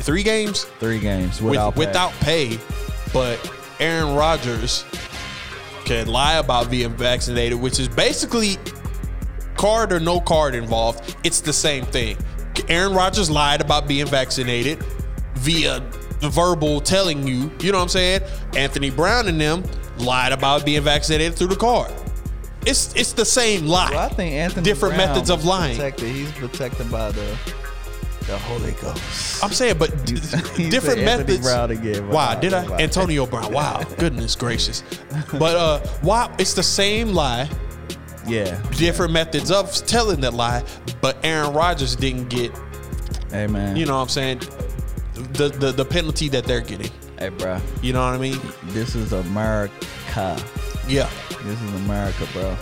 S1: three games
S2: Three games
S1: with,
S2: without pay.
S1: without pay? But Aaron Rodgers can lie about being vaccinated, which is basically card or no card involved. It's the same thing. Aaron Rodgers lied about being vaccinated via the verbal telling you. You know what I'm saying? Anthony Brown and them lied about being vaccinated through the card. It's it's the same lie.
S2: Well, I think Anthony
S1: different
S2: Brown
S1: methods of
S2: was
S1: lying.
S2: Protected. He's protected by the the Holy Ghost.
S1: I'm saying, but d-
S2: You said
S1: different
S2: Anthony
S1: methods.
S2: Brown again, but
S1: Wow,
S2: I
S1: did I?
S2: don't know why.
S1: Antonio Brown. Wow, goodness gracious. But uh, why? It's the same lie,
S2: yeah.
S1: different methods of telling that lie. But Aaron Rodgers didn't get,
S2: Hey man.
S1: you know, what I'm saying, the the, the penalty that they're getting.
S2: Hey bro.
S1: You know what I mean?
S2: This is America.
S1: Yeah.
S2: This is America, bro.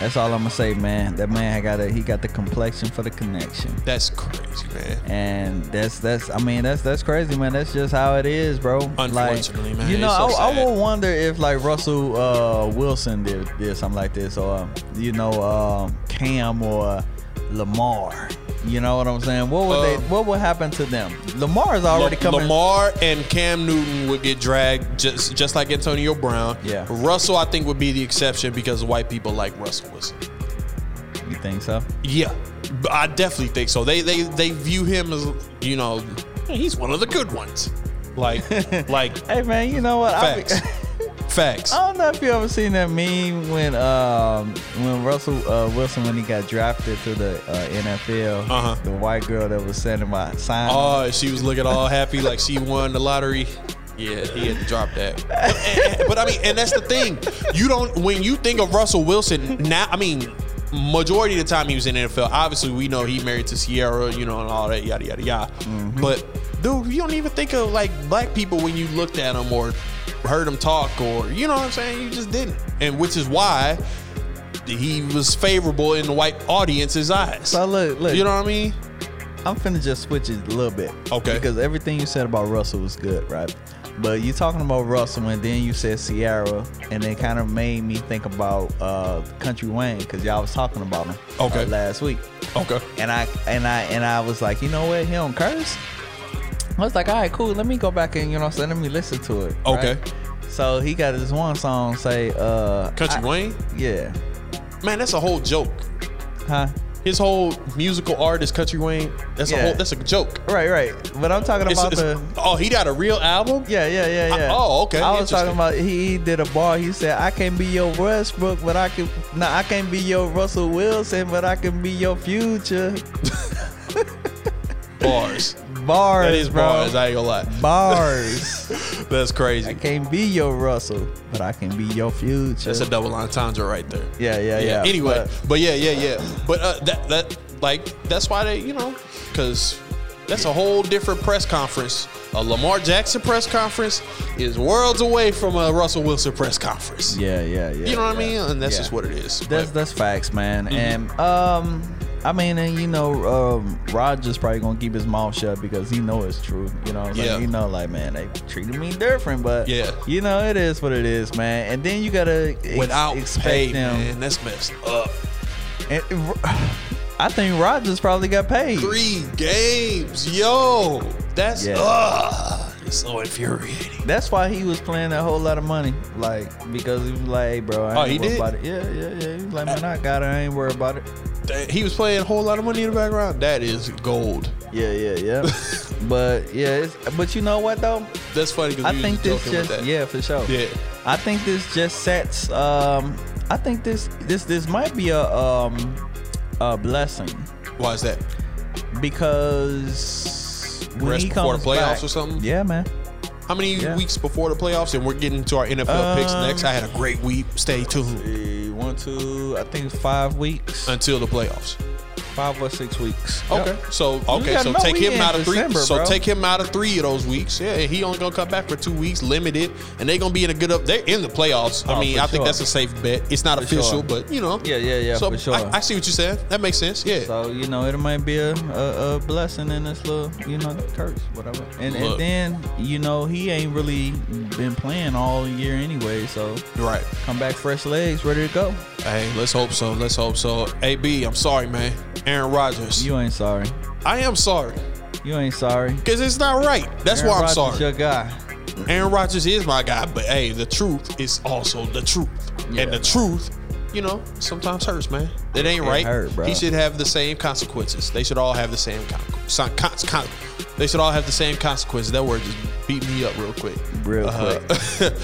S2: That's all I'm gonna say, man. That man had got a, he got the complexion for the connection.
S1: That's crazy, man.
S2: and that's that's I mean that's that's crazy, man. That's just how it is, bro.
S1: Unfortunately,
S2: like,
S1: man,
S2: You know,
S1: it's so
S2: I, I
S1: sad.
S2: would wonder if like Russell uh, Wilson did, did something like this, or you know, um, Cam or Lamar. You know what I'm saying? What would they?
S1: Um,
S2: What would happen to them? Lamar is already
S1: La-
S2: coming.
S1: Lamar and Cam Newton would get dragged just just like Antonio Brown.
S2: Yeah.
S1: Russell, I think, would be the exception because white people like Russell Wilson.
S2: You think so?
S1: Yeah, b- I definitely think so. They they they view him as you know he's one of the good ones. Like like
S2: Hey man, you know what? I be-
S1: facts facts.
S2: I don't know if you ever seen that meme when um when Russell uh, Wilson when he got drafted to the uh, NFL,
S1: Uh-huh.
S2: the white girl that was sending my sign.
S1: Oh, she was looking all happy like she won the lottery. Yeah, he had to drop that. But, and- and- but I mean, and that's the thing. You don't when you think of Russell Wilson now. I mean, majority of the time he was in the NFL. Obviously, we know he married to Sierra, you know, and all that yada yada yada. But dude, you don't even think of like black people when you looked at them or heard them talk or you know what I'm saying. You just didn't, and which is why he was favorable in the white audience's eyes.
S2: So look, look.
S1: you know what I mean?
S2: I'm finna just switch it a little bit.
S1: Okay.
S2: Because everything you said about Russell was good, right? But you talking about Russell, and then you said Sierra, and it kind of made me think about uh, Country Wayne because y'all was talking about him uh,
S1: Okay.
S2: last week,
S1: Okay.
S2: and I and I and I was like, you know what, he don't curse. I was like, all right, cool. Let me go back and you know, what I'm saying, let me listen to it. right?
S1: Okay.
S2: So he got this one song, say, uh,
S1: Country
S2: I-
S1: Wayne,
S2: Yeah.
S1: man, that's a whole joke.
S2: Huh.
S1: His whole musical artist, Country Wayne, that's a
S2: Yeah.
S1: whole that's a joke.
S2: Right, right. But I'm talking
S1: It's-
S2: about
S1: it's-
S2: the.
S1: oh, he got a real album.
S2: Yeah, yeah, yeah, yeah.
S1: oh, okay.
S2: I was
S1: Interesting.
S2: talking about he did a bar. He said, "I can't be your Westbrook, but I can. Nah, I can't be your Russell Wilson, but I can be your future."
S1: Bars.
S2: Bars,
S1: That is
S2: bro.
S1: bars. I ain't gonna lie.
S2: Bars.
S1: That's
S2: I
S1: crazy.
S2: can't be your Russell, but I can be your future.
S1: That's a double entendre right there.
S2: yeah, yeah, yeah.
S1: Anyway,
S2: but-
S1: but, yeah, yeah, yeah. But uh, that that like that's why they you know because that's a whole different press conference. A Lamar Jackson press conference is worlds away from a Russell Wilson press conference.
S2: yeah, yeah, yeah.
S1: You know what
S2: yeah,
S1: I mean? And that's
S2: yeah.
S1: just what it is.
S2: That's
S1: But
S2: that's facts, man.
S1: Mm-hmm.
S2: And um, I mean, and you know, um, Roger's probably gonna keep his mouth shut because he know it's true. You know, what I'm saying?
S1: Yeah.
S2: You know, like man, they treated me different, but
S1: Yeah.
S2: you know, it is what it is, man. And then you gotta ex-
S1: without
S2: expect
S1: pay,
S2: them.
S1: man, that's messed up.
S2: And, I think Rogers probably got paid.
S1: Three games, yo. That's
S2: Yeah.
S1: ugh, it's so infuriating.
S2: That's why he was playing a whole lot of money, like because he was like, "Hey, bro, I ain't
S1: Oh, he
S2: worried
S1: did?
S2: about it." Yeah, yeah, yeah. He was like, "Man, I got it. I ain't worried about it."
S1: That- He was playing a whole lot of money in the background. That is gold.
S2: Yeah, yeah, yeah. but yeah, it's, but you know what though?
S1: That's funny because
S2: I think this
S1: joking with
S2: just
S1: that.
S2: yeah for sure.
S1: Yeah.
S2: I think this just sets. Um, I think this this this might be a um a blessing
S1: Why is that?
S2: because when
S1: Rest
S2: he
S1: before
S2: comes
S1: the playoffs
S2: back,
S1: or something?
S2: Yeah, man.
S1: How many
S2: Yeah.
S1: weeks before the playoffs? And we're getting to our NFL picks
S2: Um,
S1: next. I had a great week. Stay tuned
S2: Eh, One, two, I think five weeks,
S1: until the playoffs.
S2: Uh, five or six weeks.
S1: Okay.
S2: Yep.
S1: So okay.
S2: gotta
S1: So
S2: know
S1: take
S2: we
S1: him
S2: in
S1: out of three.
S2: December,
S1: so
S2: bro.
S1: take him out of three of those weeks. Yeah, he only gonna come back for two weeks, limited, and they gonna be in a good up. They're in the playoffs. I
S2: Oh,
S1: mean,
S2: for
S1: I think
S2: sure.
S1: that's a safe bet. It's not
S2: For
S1: official,
S2: sure.
S1: but you know.
S2: Yeah, yeah, yeah,
S1: So
S2: for sure.
S1: I, I see what you're saying. That makes sense. Yeah.
S2: So you know, it might be a, a, a blessing in this little, you know, curse, whatever. And
S1: Look.
S2: and then you know he ain't really been playing all year anyway, so
S1: right.
S2: come back fresh legs, ready to go.
S1: Hey, let's hope so. Let's hope so. AB, I'm sorry, man. Aaron Rodgers.
S2: You ain't sorry.
S1: I am sorry
S2: You ain't sorry.
S1: because it's not right. That's
S2: Aaron
S1: why I'm
S2: Rodgers
S1: sorry.
S2: Your guy.
S1: Aaron Rodgers is my guy, but hey, the truth is also the truth.
S2: Yeah.
S1: And the truth, you know, sometimes hurts, man. It ain't right.
S2: hurt, bro.
S1: He should have the same consequences. They should all have the same con- son- con- con- They should all have the same consequences. That word just beat me up real quick.
S2: Real
S1: quick.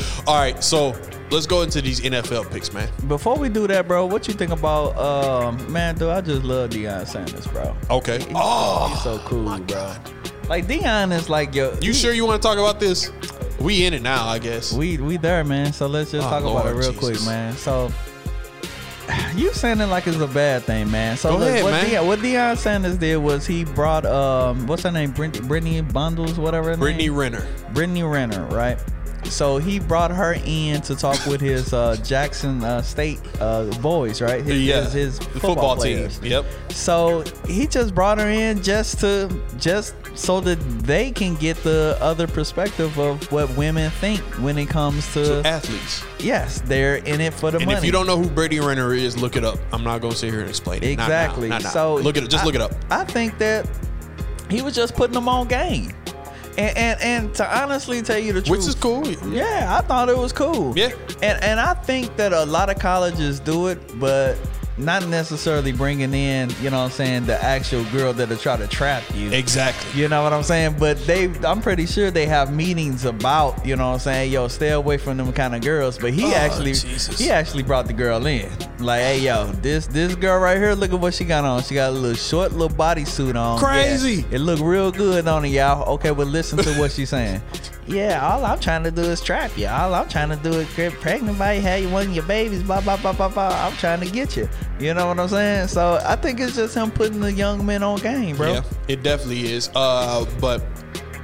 S1: all right, so let's go into these NFL picks, man.
S2: Before we do that, bro, what you think about um man, dude, I just love Deion Sanders, bro.
S1: Okay. Oh,
S2: He's so cool, bro.
S1: God.
S2: Like Deion is like yo
S1: you
S2: he-
S1: sure you want to talk about this? We in it now, I guess.
S2: we we there, man. So let's just
S1: Oh,
S2: talk about
S1: Lord
S2: it real
S1: Jesus.
S2: quick, man. So you sounding like it's a bad thing, man. So
S1: Go
S2: look,
S1: ahead,
S2: what,
S1: man.
S2: Deion, what Deion Sanders did was he brought um what's her name? Brittany, Brittany Bundles, whatever. her
S1: Brittany
S2: name?
S1: Renner.
S2: Brittany Renner, right? So he brought her in to talk with his uh, Jackson uh, State uh, boys, right? His,
S1: yeah.
S2: his, his
S1: the
S2: football,
S1: football team.
S2: players.
S1: Yep.
S2: So he just brought her in just to just so that they can get the other perspective of what women think when it comes to
S1: Athletes.
S2: yes, they're in it for the
S1: And
S2: money.
S1: if you don't know who Brady Renner is, look it up. I'm not gonna sit here and explain it. Not now,
S2: Exactly.
S1: not now.
S2: So
S1: look it up. Just
S2: I-
S1: look it up.
S2: I think that he was just putting them on game, and and, and to honestly tell you the truth,
S1: Which is cool.
S2: Yeah, I thought it was cool.
S1: Yeah.
S2: and and I think that a lot of colleges do it, but not necessarily bringing in, you know, what I'm saying the actual girl that'll try to trap you.
S1: Exactly.
S2: You know what I'm saying? But they, I'm pretty sure they have meetings about, you know what I'm saying? Yo, stay away from them kind of girls. But he
S1: Oh,
S2: actually,
S1: Jesus.
S2: he actually brought the girl in. Like, hey, yo, this this girl right here, look at what she got on. She got a little short little bodysuit on. Yeah,
S1: Crazy.
S2: it looked real good on it, y'all. Okay, but listen to what she's saying. yeah, all I'm trying to do is trap you. All I'm trying to do is get pregnant by you, have you one of your babies, blah, blah, blah, blah, blah. I'm trying to get you. You know what I'm saying? So I think it's just him putting the young men on game, bro.
S1: Yeah, it definitely is. Uh, but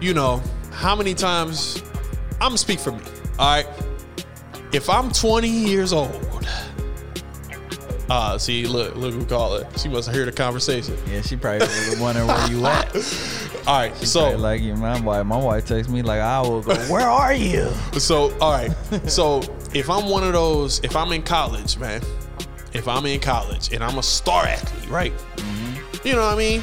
S1: you know, how many times I'm gonna speak for me. All right. If I'm 20 years old, uh, see, look, look who called it. She must have heard the conversation.
S2: Yeah, she probably was wondering where you at.
S1: All right, so
S2: Probably like you, my wife, my wife texts me like, I will go, where are you?
S1: So, all right. so, if I'm one of those, if I'm in college, man, if I'm in college and I'm a star athlete, right? You know what I mean?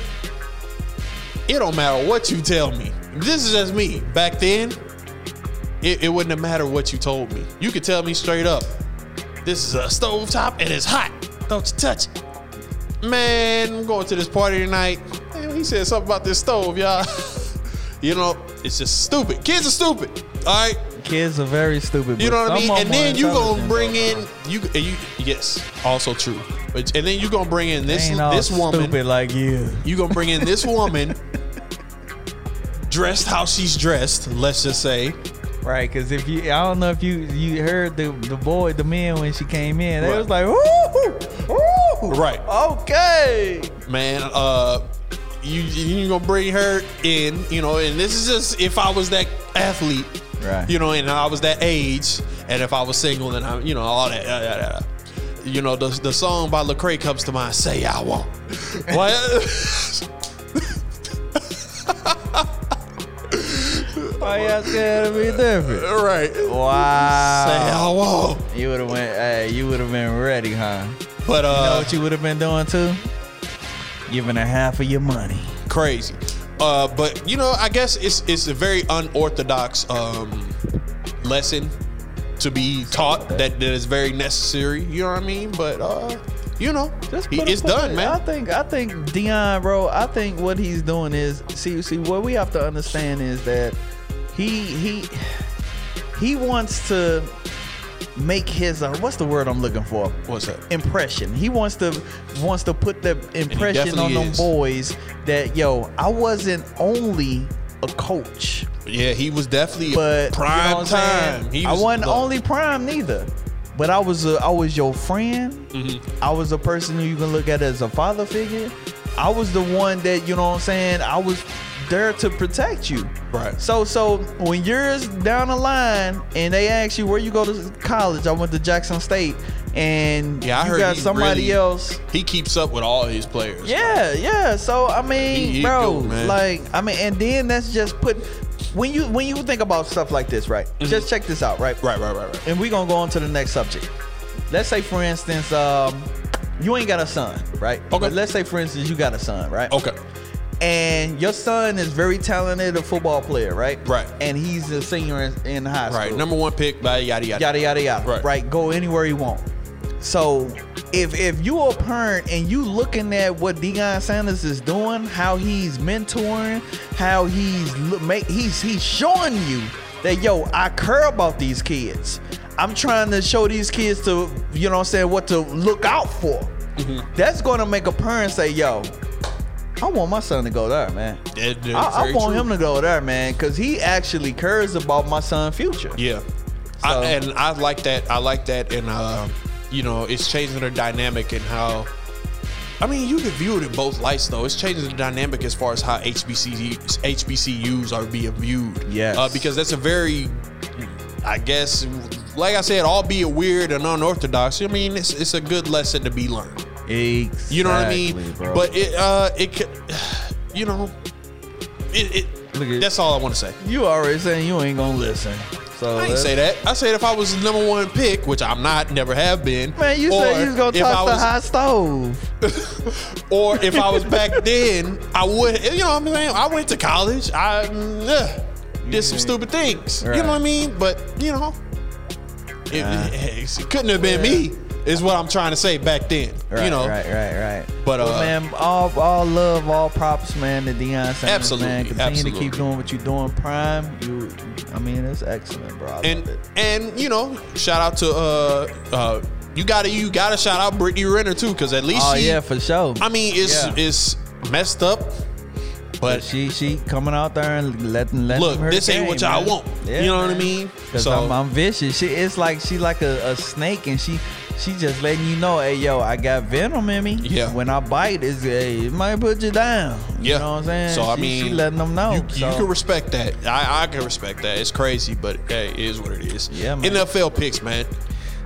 S1: It don't matter what you tell me. This is just me. Back then, it, it wouldn't have mattered what you told me. You could tell me straight up, this is a stove top and it's hot. Don't you touch it. Man, I'm going to this party tonight. Man, he said something about this stove, y'all. you know, it's just stupid. Kids are stupid. All right.
S2: Kids are very stupid.
S1: You
S2: but
S1: know what I
S2: some
S1: mean?
S2: of
S1: And
S2: them are
S1: then you gonna
S2: intelligent,
S1: bring
S2: though,
S1: in
S2: bro.
S1: you, and you yes, also true. But and then you gonna bring in this
S2: Ain't all
S1: this woman.
S2: stupid like you.
S1: You gonna bring in this woman dressed how she's dressed. Let's just say
S2: Right, because if you, I don't know if you you heard the the boy, the men when she came in, they
S1: Right.
S2: was like, ooh, ooh,
S1: Right.
S2: okay.
S1: man, uh, you you gonna bring her in, you know, and this is just if I was that athlete,
S2: Right.
S1: You know, and I was that age, and if I was single, and I, you know, all that, da, da, da, da. you know, the the song by Lecrae comes to mind. Say I won't. What?
S2: Why y'all scared to be different?
S1: right. Say I
S2: Wow,
S1: won't.
S2: you would have went, hey, you would have been ready, huh?
S1: But uh,
S2: know what you would have been doing too? Giving her half of your money.
S1: crazy. Uh, but you know, I guess it's it's a very unorthodox um, lesson to be taught that, that is very necessary. You know what I mean? But uh, you know,
S2: Just
S1: he-
S2: put a-
S1: it's
S2: put
S1: done,
S2: a- I
S1: man.
S2: think I think Dion, bro. I think what he's doing is see see what we have to understand is that he he he wants to make his uh, what's the word I'm looking for
S1: What's that?
S2: impression. He wants to wants to put the impression on
S1: definitely
S2: them
S1: is.
S2: boys that yo I wasn't only a coach
S1: Yeah, he was definitely
S2: but you know
S1: prime
S2: what I'm
S1: time.
S2: saying?
S1: He
S2: I
S1: was
S2: wasn't
S1: look,
S2: only prime neither, but I was a, I was your friend.
S1: Mm-hmm.
S2: I was a person who you can look at as a father figure. I was the one that you know what I'm saying. I was there to protect you.
S1: Right.
S2: So so when you're down the line and they ask you where you go to college, I went to Jackson State, and
S1: Yeah, I
S2: you
S1: heard
S2: got
S1: he
S2: somebody
S1: really-
S2: else.
S1: He keeps up with all his players.
S2: Yeah, yeah. So I mean,
S1: He- he
S2: bro,
S1: good, man.
S2: like I mean, and then that's just put when you when you think about stuff like this, right? Just check this out, right?
S1: Mm-hmm. Right, right, right, right.
S2: And we're gonna go on to the next subject. Let's say, for instance, um, you ain't got a son, right?
S1: Okay.
S2: But let's say, for instance, you got a son, right?
S1: Okay.
S2: And your son is very talented, a football player, right?
S1: Right.
S2: And he's a senior in, in high school
S1: Right. Number one pick, blah, yada, yada.
S2: yada yada yada. Right.
S1: Right.
S2: Go anywhere you want. So if if you a parent and you looking at what Deion Sanders is doing, how he's mentoring, how he's look, make he's he's showing you that yo, I care about these kids. I'm trying to show these kids to you know what I'm saying what to look out for.
S1: Mm-hmm.
S2: That's gonna make a parent say, yo, I want my son to go there, man.
S1: That- that's
S2: I, I
S1: very
S2: want
S1: true.
S2: him to go there, man, because he actually cares about my son's future.
S1: Yeah,
S2: So-
S1: I, and I like that. I like that, and uh, you know, it's changing the dynamic and how. I mean, you can view it in both lights, though. It's changing the dynamic as far as how HBCU, HBCUs are being viewed.
S2: Yes.
S1: uh, because that's a very, I guess, like I said, albeit weird and unorthodox. I mean, it's, it's a good lesson to be learned.
S2: Exactly,
S1: You know what I mean?
S2: bro.
S1: But it, uh, it, could, you know, it.
S2: Look
S1: it
S2: at-
S1: that's all I want to say.
S2: you already saying you ain't gonna listen. So
S1: I ain't
S2: that's-
S1: say that. I said if I was the number one pick, which I'm not, never have been.
S2: Man, you said you was gonna
S1: if I
S2: toss the
S1: was-
S2: hot stove.
S1: Or if I was back then, I would. You know what I'm saying? I went to college. I mm, ugh, did some stupid things. You
S2: Right.
S1: know what I mean? But you know, it, it, couldn't have been me. Is what I'm trying to say back then. you know,
S2: right, right, right.
S1: But,
S2: Well,
S1: uh,
S2: man, all all love, all props, man, to Deion Sanders.
S1: Absolutely,
S2: man. continue to keep
S1: absolutely.
S2: doing what you're doing. Prime, you, I mean, it's excellent, bro. I love
S1: and
S2: it.
S1: and you know, shout out to uh uh you gotta you gotta shout out Brittany Renner too, because at least
S2: Oh
S1: she
S2: yeah, for sure.
S1: I mean, it's
S2: Yeah.
S1: it's messed up. But
S2: she she coming out there and letting let
S1: look,
S2: her
S1: this ain't what
S2: game,
S1: y'all
S2: man.
S1: want.
S2: Yeah,
S1: you know what I
S2: man.
S1: mean?
S2: Cause I'm, I'm vicious. She it's like she like a, a snake, and she she just letting you know, hey yo, I got venom in me.
S1: Yeah.
S2: When I bite, it's hey, it might put you down.
S1: Yeah.
S2: You know what I'm saying?
S1: So, I
S2: She- she
S1: mean,
S2: letting them know.
S1: You, you
S2: so.
S1: can respect that. I, I can respect that. It's crazy, but hey, it is what it is.
S2: Yeah, man.
S1: NFL picks, man.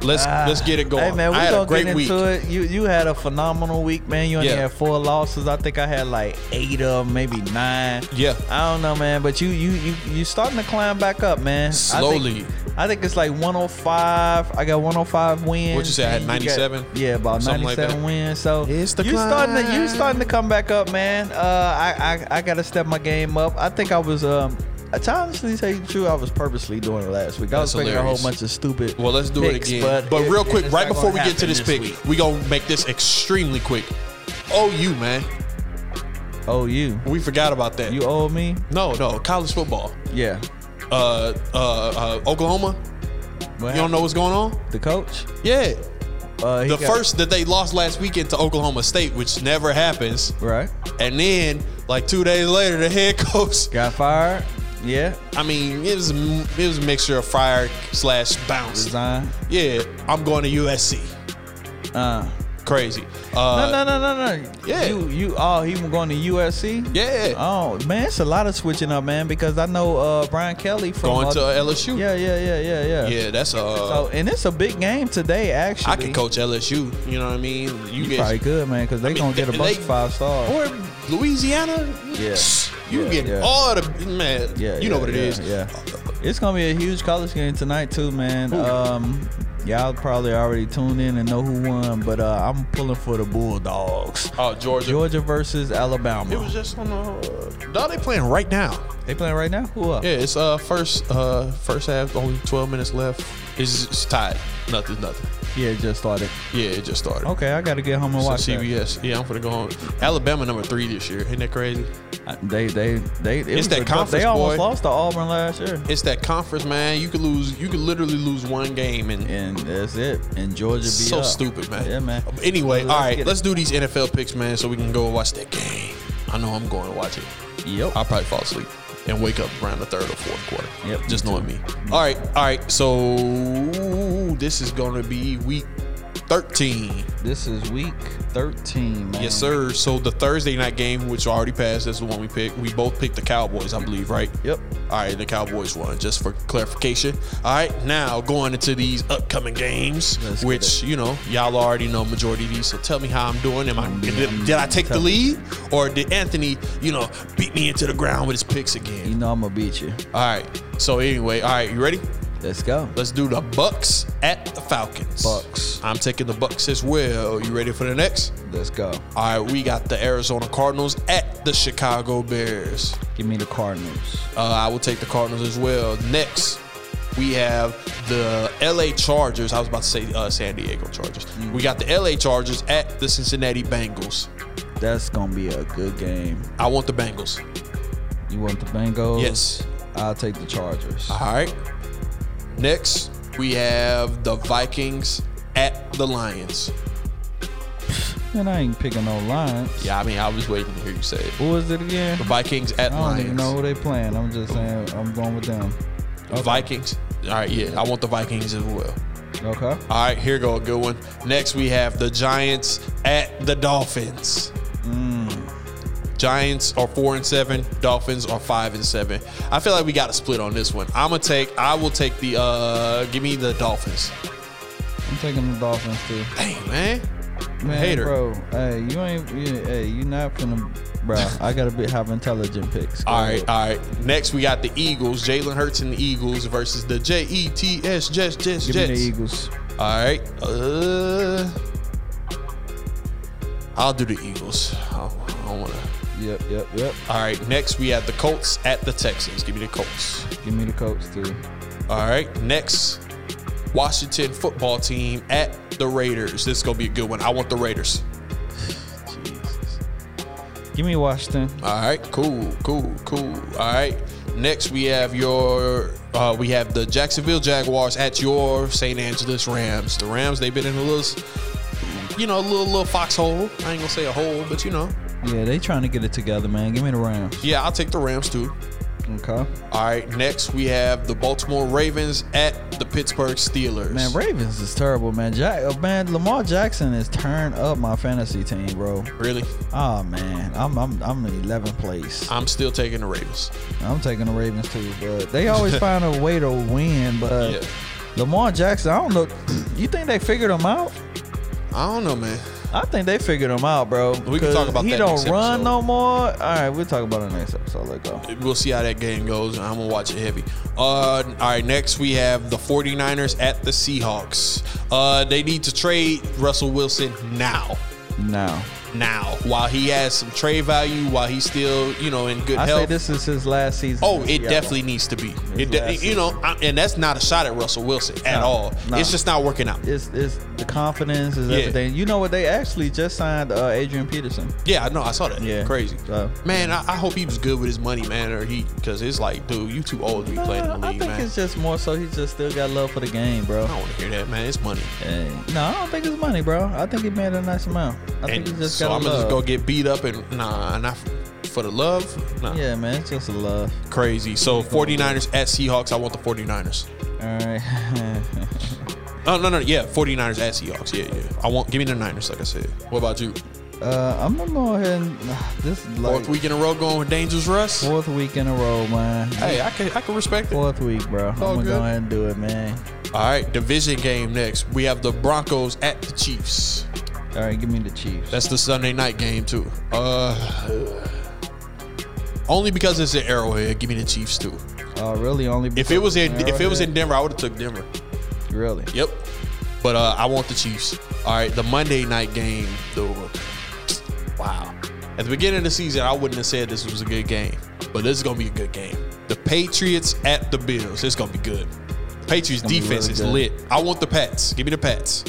S1: Let's
S2: Ah.
S1: let's get it going.
S2: Hey man, we
S1: I had
S2: gonna
S1: a great
S2: get
S1: week.
S2: into it. You you had a phenomenal week, man. You only
S1: Yeah.
S2: had four losses. I think I had like eight of 'em, maybe nine.
S1: Yeah.
S2: I don't know, man. But you you you you starting to climb back up, man. I think-
S1: Slowly.
S2: I think, it's like 105. I got 105 wins.
S1: What you say, I had
S2: and got-
S1: 97?
S2: yeah, about
S1: Something like
S2: 97
S1: that.
S2: wins. So
S1: It's the
S2: you starting to you
S1: climb.
S2: starting to come back up, man. Uh, I I, I got to step my game up. I think I was um. To honestly tell you the truth, I was purposely doing it last week. I was
S1: That's
S2: making a whole
S1: hilarious.
S2: bunch of stupid.
S1: Well, let's do
S2: picks,
S1: it again.
S2: But,
S1: But,
S2: it-
S1: real
S2: it-
S1: quick,
S2: it's
S1: right
S2: not
S1: before we
S2: gonna
S1: get to
S2: happen
S1: this, pick,
S2: week.
S1: we gonna make this extremely quick. OU, man,
S2: Oh, you.
S1: we forgot about that.
S2: You owe me?
S1: no, no, college football.
S2: Yeah.
S1: Uh, uh, uh Oklahoma.
S2: What
S1: You don't
S2: happened?
S1: know what's going on?
S2: the coach?
S1: Yeah,
S2: Uh, he
S1: the
S2: got-
S1: first that they lost last weekend to Oklahoma State, which never happens.
S2: Right.
S1: And then, like two days later, the head coach.
S2: Got fired. Yeah.
S1: I mean, it was a, m- it was a mixture of fire slash bounce.
S2: Resign.
S1: Yeah, I'm going to USC.
S2: Uh.
S1: Crazy. Uh,
S2: No, no, no, no, no.
S1: yeah.
S2: You, you, oh, he was going to USC?
S1: Yeah,
S2: Oh, man, it's a lot of switching up, man, because I know uh, Brian Kelly from.
S1: going
S2: uh,
S1: to LSU.
S2: Yeah, yeah, yeah, yeah, yeah.
S1: yeah, that's uh.
S2: So, and it's a big game today, actually.
S1: I could coach LSU. You know what I mean? You,
S2: You
S1: get
S2: probably good, man, because they're
S1: mean,
S2: going to get a
S1: they-
S2: bunch
S1: they-
S2: of five stars.
S1: or Louisiana.
S2: Yeah.
S1: You
S2: Yeah,
S1: get
S2: yeah.
S1: all the man.
S2: Yeah,
S1: you know
S2: yeah,
S1: what it
S2: yeah,
S1: is.
S2: Yeah, it's gonna be a huge college game tonight too, man. Um, y'all probably already tuned in and know who won, but uh, I'm pulling for the Bulldogs.
S1: Oh, Georgia.
S2: Georgia versus Alabama.
S1: It was just on the. Dog, they playing right now.
S2: they playing right now. Who up?
S1: Yeah, it's uh first uh first half. Only twelve minutes left. It's, it's tied. Nothing. Nothing.
S2: Yeah, it just started.
S1: Yeah, it just started.
S2: Okay, I gotta get home and
S1: So
S2: watch that.
S1: CBS. Yeah, I'm gonna go home. Alabama number three this year. Isn't that crazy?
S2: I- They, they, they. It was
S1: that
S2: a tough-
S1: conference,
S2: They almost
S1: boy.
S2: lost to Auburn last year,
S1: It's that conference, man. You could lose. You could literally lose one game and.
S2: and that's it. And Georgia be
S1: So
S2: up.
S1: stupid, man.
S2: Yeah, man.
S1: Anyway,
S2: Let's
S1: all right,
S2: get it.
S1: let's do these NFL picks, man, so we can go watch that game. I know I'm going to watch it.
S2: Yep.
S1: I'll probably fall asleep and wake up around the third or fourth quarter.
S2: Yep,
S1: Just
S2: me
S1: knowing
S2: Mm-hmm.
S1: me. All right, all right. So this is going to be week 13.
S2: This is week 13, man.
S1: Yes, sir. So the Thursday night game, which already passed, that's the one we picked. We both picked the Cowboys, I believe, right?
S2: Yep.
S1: All right, the Cowboys won, just for clarification. All right, now going into these upcoming games,
S2: Let's get
S1: which, you know, y'all already know majority of these. So tell me how I'm doing. Am I did,
S2: I'm
S1: did I take the
S2: tough.
S1: lead? Or did Anthony, you know, beat me into the ground with his picks
S2: You
S1: again?
S2: know I'm gonna beat you.
S1: All right. So anyway, all right, you ready?
S2: Let's go.
S1: Let's do the Bucks at the Falcons.
S2: Bucks.
S1: I'm taking the Bucks as well. You ready for the next?
S2: Let's go.
S1: All right, we got the Arizona Cardinals at the Chicago Bears.
S2: Give me the Cardinals.
S1: Uh, I will take the Cardinals as well. Next, we have the LA Chargers. I was about to say uh, San Diego Chargers. We got the LA Chargers at the Cincinnati Bengals.
S2: That's gonna be a good game.
S1: I want the Bengals.
S2: You want the Bengals?
S1: Yes.
S2: I'll take the Chargers.
S1: All right. Next, we have the Vikings at the Lions.
S2: Man, I ain't picking no lines.
S1: Yeah, I mean, I was waiting to hear you say it.
S2: Who is it again?
S1: The Vikings
S2: I
S1: at
S2: don't
S1: Lions.
S2: even know who they playing. I'm just saying I'm going with them. Okay.
S1: Vikings. All right, yeah, I want the Vikings as well.
S2: Okay.
S1: All right, here go a good one. Next, we have the Giants at the Dolphins.
S2: Hmm.
S1: Giants are four and seven. Dolphins are five and seven. I feel like we got to split on this one. I'm gonna take. I will take the. uh Give me the Dolphins.
S2: I'm taking the Dolphins too.
S1: Dang man,
S2: Man,
S1: hater.
S2: bro. Hey, you ain't. You, hey, you not finna. Bro, I gotta be have intelligent picks. Go
S1: All
S2: ahead.
S1: right, all right. Next, we got the Eagles. Jalen Hurts and the Eagles versus the J E T S Jets Jets
S2: Give me the
S1: Jets.
S2: Eagles.
S1: All right. Uh, I'll do the Eagles. I don't, I don't wanna.
S2: Yep, yep, yep.
S1: All right, next we have the Colts at the Texans. Give me the Colts.
S2: Give me the Colts too.
S1: All right, next Washington football team at the Raiders. This is gonna be a good one. I want the Raiders.
S2: Jesus. Give me Washington.
S1: All right, cool, cool, cool. All right, next we have your uh, we have the Jacksonville Jaguars at your St. Angeles Rams. The Rams they've been in a little, s- you know, a little little foxhole. I ain't gonna say a hole, but you know,
S2: Yeah, they trying to get it together, man. Give me the Rams.
S1: Yeah, I'll take the Rams too.
S2: Okay.
S1: All right, next we have the Baltimore Ravens at the Pittsburgh Steelers.
S2: Man, Ravens is terrible, man. Jack, uh, man, Lamar Jackson is turned up my fantasy team, bro.
S1: really?
S2: Oh man, I'm I'm I'm in 11th place.
S1: I'm still taking the Ravens.
S2: I'm taking the Ravens too, but they always find a way to win. But
S1: Yeah.
S2: Lamar Jackson, I don't know. You think they figured him out?
S1: I don't know, man.
S2: I think they figured him out, bro.
S1: We can talk
S2: 'Cause
S1: about
S2: he
S1: that
S2: don't
S1: next
S2: run
S1: episode.
S2: no more. All right, we'll talk about it next episode. Let go.
S1: We'll see how that game goes. I'm gonna watch it heavy. Uh, all right, next we have the 49ers at the Seahawks. Uh, they need to trade Russell Wilson now.
S2: Now,
S1: Now, while he has some trade value, while he's still, you know, in good
S2: I say
S1: health.
S2: this is his last season.
S1: Oh,
S2: in
S1: it
S2: Seattle.
S1: definitely needs to be. It de-
S2: last
S1: you know, I, and that's not a shot at Russell Wilson at
S2: No,
S1: all.
S2: no.
S1: It's just not working out.
S2: It's it's the confidence is
S1: Yeah.
S2: everything. You know what? They actually just signed uh, Adrian Peterson.
S1: Yeah, I know. I saw that.
S2: Yeah. Uh,
S1: crazy.
S2: So-
S1: man, I, I hope he was good with his money, man. Or he, because it's like, dude, you too old to be playing in the
S2: Nah, Uh, I
S1: league,
S2: think
S1: man.
S2: it's just more so he just still got love for the game, bro.
S1: I don't want to hear that, man. It's money.
S2: Hey, no, I don't think it's money, bro. I think he made a nice amount. I think he
S1: And
S2: just
S1: so
S2: got
S1: I'm
S2: a
S1: gonna
S2: love.
S1: just go get beat up and nah, not f- for the love. Nah,
S2: Yeah, man, it's just a love.
S1: crazy. So 49ers at Seahawks. I want the 49ers.
S2: All right.
S1: Oh no, no, yeah, 49ers at Seahawks. Yeah, yeah. I want. Give me the Niners, like I said. What about you?
S2: uh, I'm gonna go ahead and this is like
S1: Fourth week in a row going with Dangerous Russ.
S2: fourth week in a row, man.
S1: Hey, I can I can respect it. All
S2: Fourth week, bro. I'm
S1: all
S2: gonna
S1: good.
S2: go ahead and do it, man.
S1: right, division game next. We have the Broncos at the Chiefs.
S2: All right, give me the Chiefs.
S1: That's the Sunday night game too. Uh, only because it's an Arrowhead. Give me the Chiefs too.
S2: uh, really only
S1: If
S2: because
S1: it was in
S2: of
S1: if it was in
S2: Arrowhead?
S1: Denver, I would have took Denver.
S2: really
S1: Yep. But uh, I want the Chiefs. All right, the Monday night game though. uh, Wow. At the beginning of the season, I wouldn't have said this was a good game, but this is gonna be a good game. The Patriots at the Bills. It's gonna be good. Patriots
S2: gonna be
S1: defense
S2: really
S1: is
S2: good.
S1: lit. I want the Pats. Give me the Pats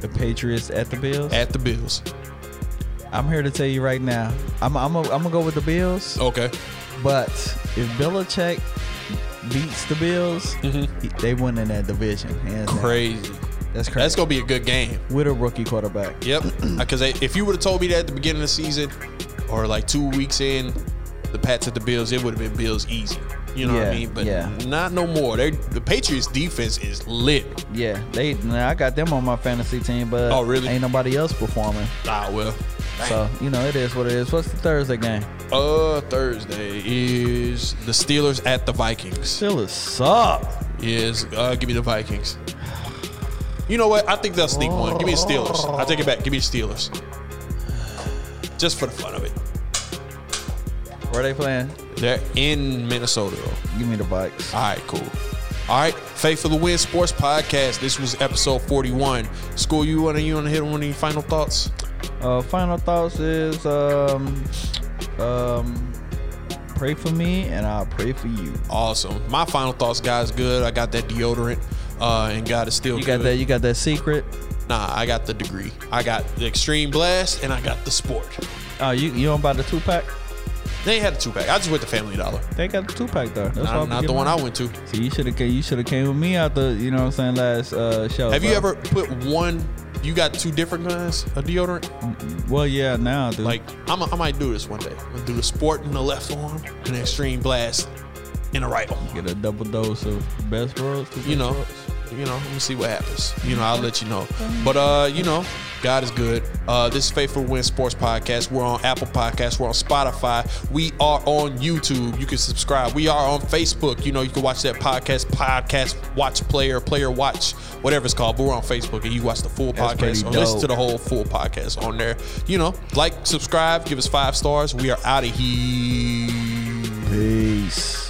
S2: the Patriots at the Bills.
S1: at the Bills.
S2: I'm here to tell you right now. I'm I'm gonna- I'm gonna go with the Bills.
S1: Okay.
S2: But if Belichick beats the Bills, he- they win in that division. hands down.
S1: Crazy.
S2: That's crazy.
S1: Mm-hmm. That's gonna be a good game.
S2: with a rookie quarterback.
S1: Yep. Because if you would have told me that at the beginning of the season, or like two weeks in, the Pats at the Bills, it would have been Bills easy. You know what I
S2: Yeah,
S1: mean? But
S2: yeah.
S1: not no more. They the Patriots defense is lit.
S2: Yeah, they. Nah, I got them on my fantasy team, but
S1: Oh, really?
S2: Ain't nobody else performing.
S1: Ah well.
S2: So you know it is what it is. What's the Thursday game?
S1: Uh, Thursday is the Steelers at the Vikings.
S2: Steelers up.
S1: Is uh, give me the Vikings. You know what? I think they'll sneak one. Give me the Steelers. I take it back. Give me the Steelers. Just for the fun of it.
S2: Where they playing?
S1: They're in Minnesota though.
S2: Give me the bikes.
S1: All right, cool. All right, Faith of the Win Sports Podcast. This was episode 41. School, you want to you want to hit on any final thoughts?
S2: Uh, final thoughts is um, um, pray for me and I'll pray for you.
S1: Awesome. My final thoughts, guys. Good. I got that deodorant, uh, and God is still
S2: You got
S1: good.
S2: that? You got that secret?
S1: Nah, I got the degree. I got the Extreme Blast, and I got the Sport.
S2: Oh, you you don't buy the two pack?
S1: They had a two pack. I just went to Family Dollar.
S2: They got the two pack though. That's why
S1: Not,
S2: I'm
S1: not the
S2: getting
S1: one I
S2: mine.
S1: went to.
S2: So you should have you should have came with me out the you know what I'm saying last uh, show.
S1: Have you
S2: bro.
S1: ever put one? You got two different kinds of deodorant?
S2: Mm-hmm. Well, yeah, now dude.
S1: Like I'm a, I might do this one day. I'm gonna do the Sport in the left arm, and the Extreme Blast in the right arm.
S2: Get a double dose of best worlds. two
S1: you
S2: best
S1: know,
S2: worlds.
S1: you know, we'll see what happens. You know, I'll let you know. But uh, you know, God is good. Uh, this is Faithful Win Sports Podcast. We're on Apple Podcasts. We're on Spotify. We are on YouTube. You can subscribe. We are on Facebook. You know, you can watch that podcast, podcast watch player, player watch, whatever it's called. But we're on Facebook, and you watch the full
S2: That's pretty
S1: podcast. Or listen
S2: dope.
S1: to the whole full podcast on there. You know, like, subscribe, give us five stars. We are out of here.
S2: Peace.